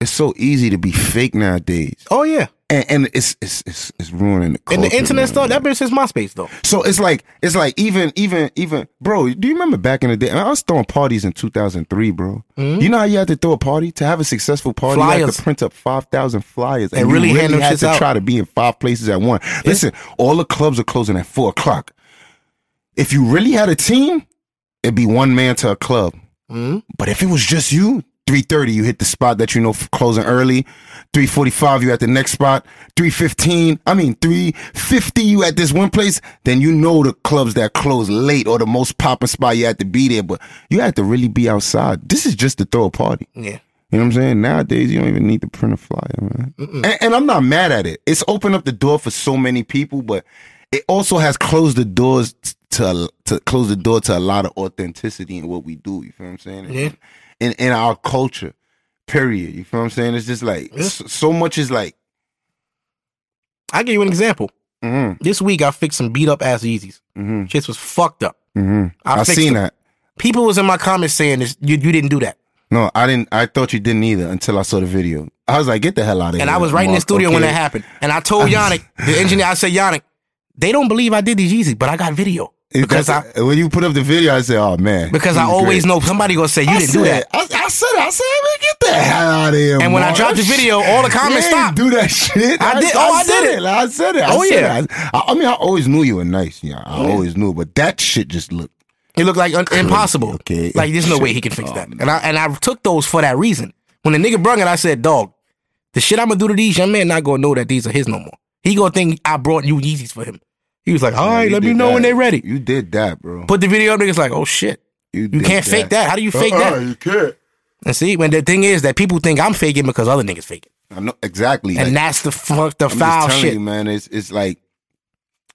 Speaker 2: It's so easy to be fake nowadays,
Speaker 1: Oh yeah.
Speaker 2: and, and it's, it's it's it's ruining the
Speaker 1: And
Speaker 2: culture.
Speaker 1: the internet
Speaker 2: man.
Speaker 1: stuff that bitch is MySpace though.
Speaker 2: So it's like it's like even even even bro. Do you remember back in the day? I was throwing parties in two thousand three, bro. You know how you had to throw a party to have a successful party. You had
Speaker 1: Flyers.
Speaker 2: to print up five thousand flyers
Speaker 1: And
Speaker 2: you
Speaker 1: really hand them
Speaker 2: had
Speaker 1: shits
Speaker 2: to
Speaker 1: out.
Speaker 2: try to be in five places at one. Listen, all the clubs are closing at four o'clock. If you really had a team, it'd be one man to a club.
Speaker 1: Mm-hmm.
Speaker 2: But if it was just you, 3:30 you hit the spot that you know for closing early, 3:45 you at the next spot, 3:15, I mean 3:50 you at this one place, then you know the clubs that close late or the most popping spot you had to be there, but you had to really be outside. This is just to throw a party.
Speaker 1: Yeah.
Speaker 2: You know what I'm saying? Nowadays, you don't even need to print a flyer, man. And, and I'm not mad at it. It's opened up the door for so many people, but it also has closed the doors t- to to close the door to a lot of authenticity in what we do. You feel what I'm saying?
Speaker 1: Yeah.
Speaker 2: In in our culture, period. You feel what I'm saying? It's just like s- so, much is like
Speaker 1: I give you an example.
Speaker 2: mm,
Speaker 1: This week I fixed some beat up ass Yeezys.
Speaker 2: Mhm.
Speaker 1: Shits was fucked up.
Speaker 2: mm
Speaker 1: I
Speaker 2: I've
Speaker 1: fixed
Speaker 2: seen
Speaker 1: it.
Speaker 2: that.
Speaker 1: People was in my comments saying this. You you didn't do that.
Speaker 2: No, I didn't. I thought you didn't either until I saw the video. I was like, get the hell out of here.
Speaker 1: And I was right in the
Speaker 2: Mark,
Speaker 1: studio when
Speaker 2: okay?
Speaker 1: that happened. And I told Yannick, the engineer, I said, Yannick, they don't believe I did these Yeezys, but I got video.
Speaker 2: If
Speaker 1: Because I
Speaker 2: that's- when you put up the video, I said, "Oh man,"
Speaker 1: because I
Speaker 2: he's
Speaker 1: always
Speaker 2: great.
Speaker 1: know somebody gonna say you
Speaker 2: I
Speaker 1: didn't
Speaker 2: said,
Speaker 1: do that.
Speaker 2: I, I said it. I said, man, get the hell out of here.
Speaker 1: And when I
Speaker 2: Mark.
Speaker 1: dropped the video, all the comments
Speaker 2: You
Speaker 1: stopped.
Speaker 2: Didn't do that shit.
Speaker 1: I did- oh, I
Speaker 2: said
Speaker 1: did it.
Speaker 2: Like, I said it. I
Speaker 1: Oh,
Speaker 2: said
Speaker 1: yeah.
Speaker 2: it. I, I- I mean, I always knew you were nice. Yeah, I always knew, but that shit just looked.
Speaker 1: It looked like un- impossible.
Speaker 2: Okay. Oh,
Speaker 1: Like there's no way he can fix that. And I and I took those for that reason. When the nigga brung it, I said, dog, the shit I'm gonna do to these young man not gonna know that these are his no more. He gonna think I brought you Yeezys for him. He was like, all right,
Speaker 2: You
Speaker 1: let me
Speaker 2: did
Speaker 1: know when
Speaker 2: that.
Speaker 1: they're ready.
Speaker 2: You did that, bro.
Speaker 1: Put the video up, niggas like, oh shit. You
Speaker 2: did
Speaker 1: can't fake that. How do you fake
Speaker 2: Uh-uh,
Speaker 1: that?
Speaker 2: You can't.
Speaker 1: And see, when the thing is that people think I'm faking because other niggas faking.
Speaker 2: I know exactly.
Speaker 1: And
Speaker 2: Like,
Speaker 1: that's the fuck the
Speaker 2: I'm
Speaker 1: foul
Speaker 2: just telling
Speaker 1: shit.
Speaker 2: you, man. It's it's like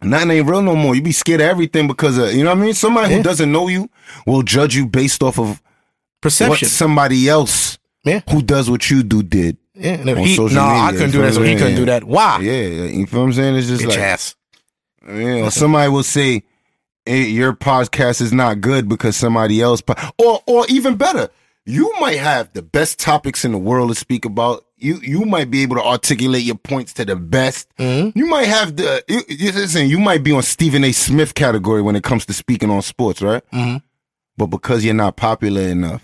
Speaker 2: nothing ain't real no more. You be scared of everything because of you know what I mean. Somebody
Speaker 1: Yeah.
Speaker 2: who doesn't know you will judge you based off of what
Speaker 1: Perception.
Speaker 2: somebody else
Speaker 1: Yeah.
Speaker 2: who does what you do did.
Speaker 1: yeah. and if
Speaker 2: on
Speaker 1: he-
Speaker 2: social
Speaker 1: nah, I
Speaker 2: media,
Speaker 1: couldn't
Speaker 2: you
Speaker 1: do
Speaker 2: feel
Speaker 1: that, so
Speaker 2: what
Speaker 1: he
Speaker 2: I'm
Speaker 1: couldn't do
Speaker 2: saying?
Speaker 1: that. Why?
Speaker 2: Yeah, you feel what I'm saying? It's just
Speaker 1: Bitch
Speaker 2: like
Speaker 1: ass.
Speaker 2: you know, somebody will say "Hey, your podcast is not good because somebody else, po-" or or even better, you might have the best topics in the world to speak about. You you might be able to articulate your points to the best. You might have the you, you- listen. You might be on Stephen A. Smith category when it comes to speaking on sports, right?
Speaker 1: Mhm.
Speaker 2: But because you're not popular enough,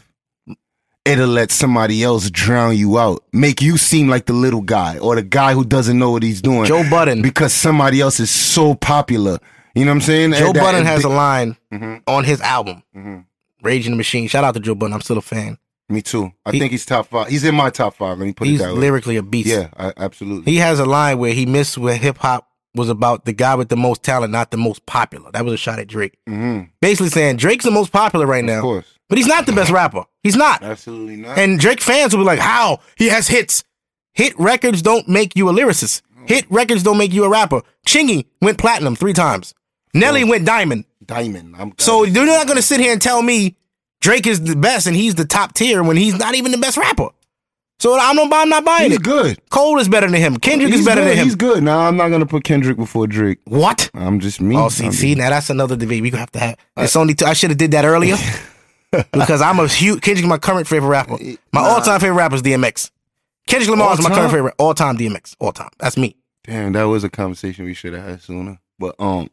Speaker 2: it'll let somebody else drown you out, make you seem like the little guy or the guy who doesn't know what he's doing
Speaker 1: Joe Budden.
Speaker 2: because somebody else is so popular. You know what I'm saying?
Speaker 1: Joe
Speaker 2: That-
Speaker 1: Budden has a
Speaker 2: that-
Speaker 1: line
Speaker 2: Mhm.
Speaker 1: on his album,
Speaker 2: Mhm.
Speaker 1: Rage in the Machine. Shout out to Joe Budden. I'm still a fan.
Speaker 2: Me too. I
Speaker 1: He-
Speaker 2: think he's top five. He's in my top five. Let me put
Speaker 1: He's
Speaker 2: it that way.
Speaker 1: lyrically a beast.
Speaker 2: yeah, I, absolutely.
Speaker 1: He has a line where he missed where hip hop was about the guy with the most talent, not the most popular. That was a shot at Drake.
Speaker 2: Mhm.
Speaker 1: Basically saying Drake's the most popular right
Speaker 2: Of
Speaker 1: now,
Speaker 2: course,
Speaker 1: but he's not the best rapper. He's not.
Speaker 2: absolutely not.
Speaker 1: And Drake fans will be like, how? He has hits. Hit records don't make you a lyricist. Hit records don't make you a rapper. Chingy went platinum three times. Nelly went diamond.
Speaker 2: Diamond. I'm
Speaker 1: So you're not going to sit here and tell me Drake is the best and he's the top tier when he's not even the best rapper. So I'm not, I'm not buying
Speaker 2: he's
Speaker 1: it.
Speaker 2: good.
Speaker 1: Cole is better than him. Kendrick
Speaker 2: He's
Speaker 1: is better
Speaker 2: good.
Speaker 1: than him.
Speaker 2: He's good. Now I'm not gonna put Kendrick before Drake.
Speaker 1: What?
Speaker 2: I'm just me.
Speaker 1: Oh, see,
Speaker 2: I'm
Speaker 1: see, now that's another debate we gonna have to have.
Speaker 2: Uh,
Speaker 1: It's only two. I should have did that earlier because I'm a huge Kendrick. is My current favorite rapper. My all time favorite rapper is DMX. Kendrick Lamar is my
Speaker 2: All-time?
Speaker 1: current favorite all time DMX. All time. That's me.
Speaker 2: Damn, that was a conversation we should have had sooner. But um,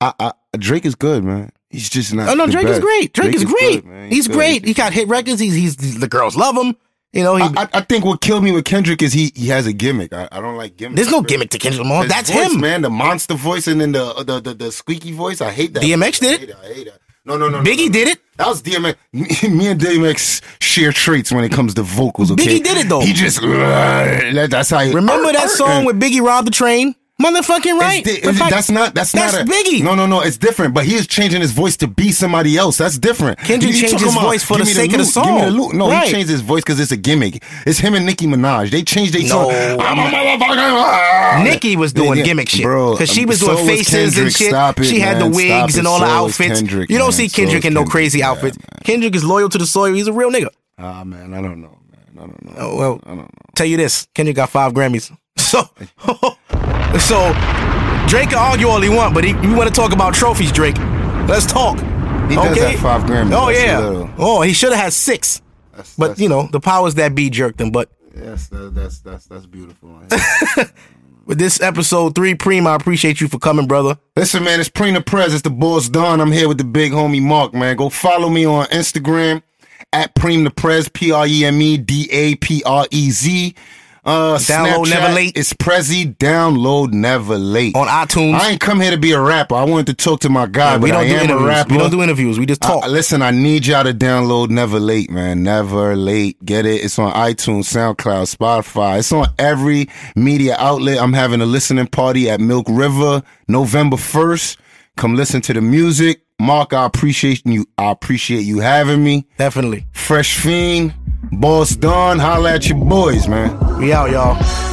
Speaker 2: I, I Drake is good, man. He's just not.
Speaker 1: Oh no,
Speaker 2: the
Speaker 1: Drake is
Speaker 2: best.
Speaker 1: great. Drake, is great.
Speaker 2: good, man.
Speaker 1: he's
Speaker 2: good.
Speaker 1: great. He got hit records. He's he's the girls love him. You know he.
Speaker 2: I, I I think what killed me with Kendrick is he he has a gimmick. I, I don't like gimmicks.
Speaker 1: there's no
Speaker 2: bro.
Speaker 1: gimmick to Kendrick Lamar.
Speaker 2: His
Speaker 1: That's
Speaker 2: voice,
Speaker 1: him.
Speaker 2: man. The monster voice and then the the, the the squeaky voice. I hate that.
Speaker 1: DMX
Speaker 2: I
Speaker 1: did
Speaker 2: hate it. I hate it. No, no, no. no,
Speaker 1: Biggie
Speaker 2: no.
Speaker 1: did it.
Speaker 2: That was DMX. Me and DMX share traits when it comes to vocals. Okay?
Speaker 1: Biggie did it, though.
Speaker 2: He just uh, that- that's how. He,
Speaker 1: Remember that song with Biggie robbed the train? Motherfucking right.
Speaker 2: It's di- it's-
Speaker 1: Fuck-
Speaker 2: that's not. That's,
Speaker 1: That's
Speaker 2: not. a-
Speaker 1: Biggie.
Speaker 2: No, no, no. It's different. But he is changing his voice to be somebody else. That's different.
Speaker 1: Kendrick
Speaker 2: You- you
Speaker 1: changed
Speaker 2: talking
Speaker 1: his
Speaker 2: about,
Speaker 1: voice for
Speaker 2: give
Speaker 1: the
Speaker 2: me
Speaker 1: sake of the
Speaker 2: loot, Give me
Speaker 1: song.
Speaker 2: the loot. No,
Speaker 1: Right.
Speaker 2: he changed his voice because it's a gimmick. It's him and Nicki Minaj. They changed their song. I'm a motherfucker.
Speaker 1: Nikki was doing
Speaker 2: Oh, Yeah, yeah.
Speaker 1: gimmick shit,
Speaker 2: Bro, um,
Speaker 1: because she was
Speaker 2: so
Speaker 1: doing
Speaker 2: was
Speaker 1: faces and
Speaker 2: Kendrick.
Speaker 1: shit.
Speaker 2: Stop it,
Speaker 1: she had the
Speaker 2: man. Stop
Speaker 1: wigs
Speaker 2: it.
Speaker 1: and all the
Speaker 2: So was
Speaker 1: outfits.
Speaker 2: Kendrick,
Speaker 1: you don't
Speaker 2: man.
Speaker 1: see
Speaker 2: So
Speaker 1: Kendrick
Speaker 2: was
Speaker 1: in no
Speaker 2: Kendrick.
Speaker 1: crazy
Speaker 2: Yeah,
Speaker 1: outfits. Kendrick is loyal to the soil. He's a real nigga.
Speaker 2: Ah man, I don't know, man. I don't know.
Speaker 1: Oh, well, tell you this: Kendrick got five Grammys. So, so Drake can argue all he want, but he, you want to talk about trophies, Drake? Let's talk.
Speaker 2: He does have five Grammys.
Speaker 1: Oh
Speaker 2: That's a
Speaker 1: yeah.
Speaker 2: little-
Speaker 1: Oh, he should have had six. but
Speaker 2: that's-
Speaker 1: you know, the powers that be jerked him. But
Speaker 2: Yes, that, that's that's that's beautiful.
Speaker 1: with this episode three, Prima, I appreciate you for coming, brother.
Speaker 2: Listen, man, it's Prina Prez. It's the boss Don. I'm here with the big homie Mark, man. Go follow me on Instagram at Preem the Prez, P R E M E D A P R E Z. Uh,
Speaker 1: Download
Speaker 2: Snapchat,
Speaker 1: never late.
Speaker 2: It's Prezi. Download never late.
Speaker 1: On iTunes.
Speaker 2: I ain't come here to be a rapper. I wanted to talk to my guy, but
Speaker 1: we don't
Speaker 2: I
Speaker 1: do
Speaker 2: am a
Speaker 1: interviews.
Speaker 2: rapper.
Speaker 1: We don't do interviews. We just talk.
Speaker 2: I- listen, I need y'all to download Never Late, man. Never Late. Get it? It's on iTunes, SoundCloud, Spotify. It's on every media outlet. I'm having a listening party at Milk River November 1st. Come listen to the music. Mark, I appreciate you. I appreciate you having me.
Speaker 1: Definitely.
Speaker 2: Fresh Fiend, Boss Don, holla at your boys, man.
Speaker 1: We out, y'all.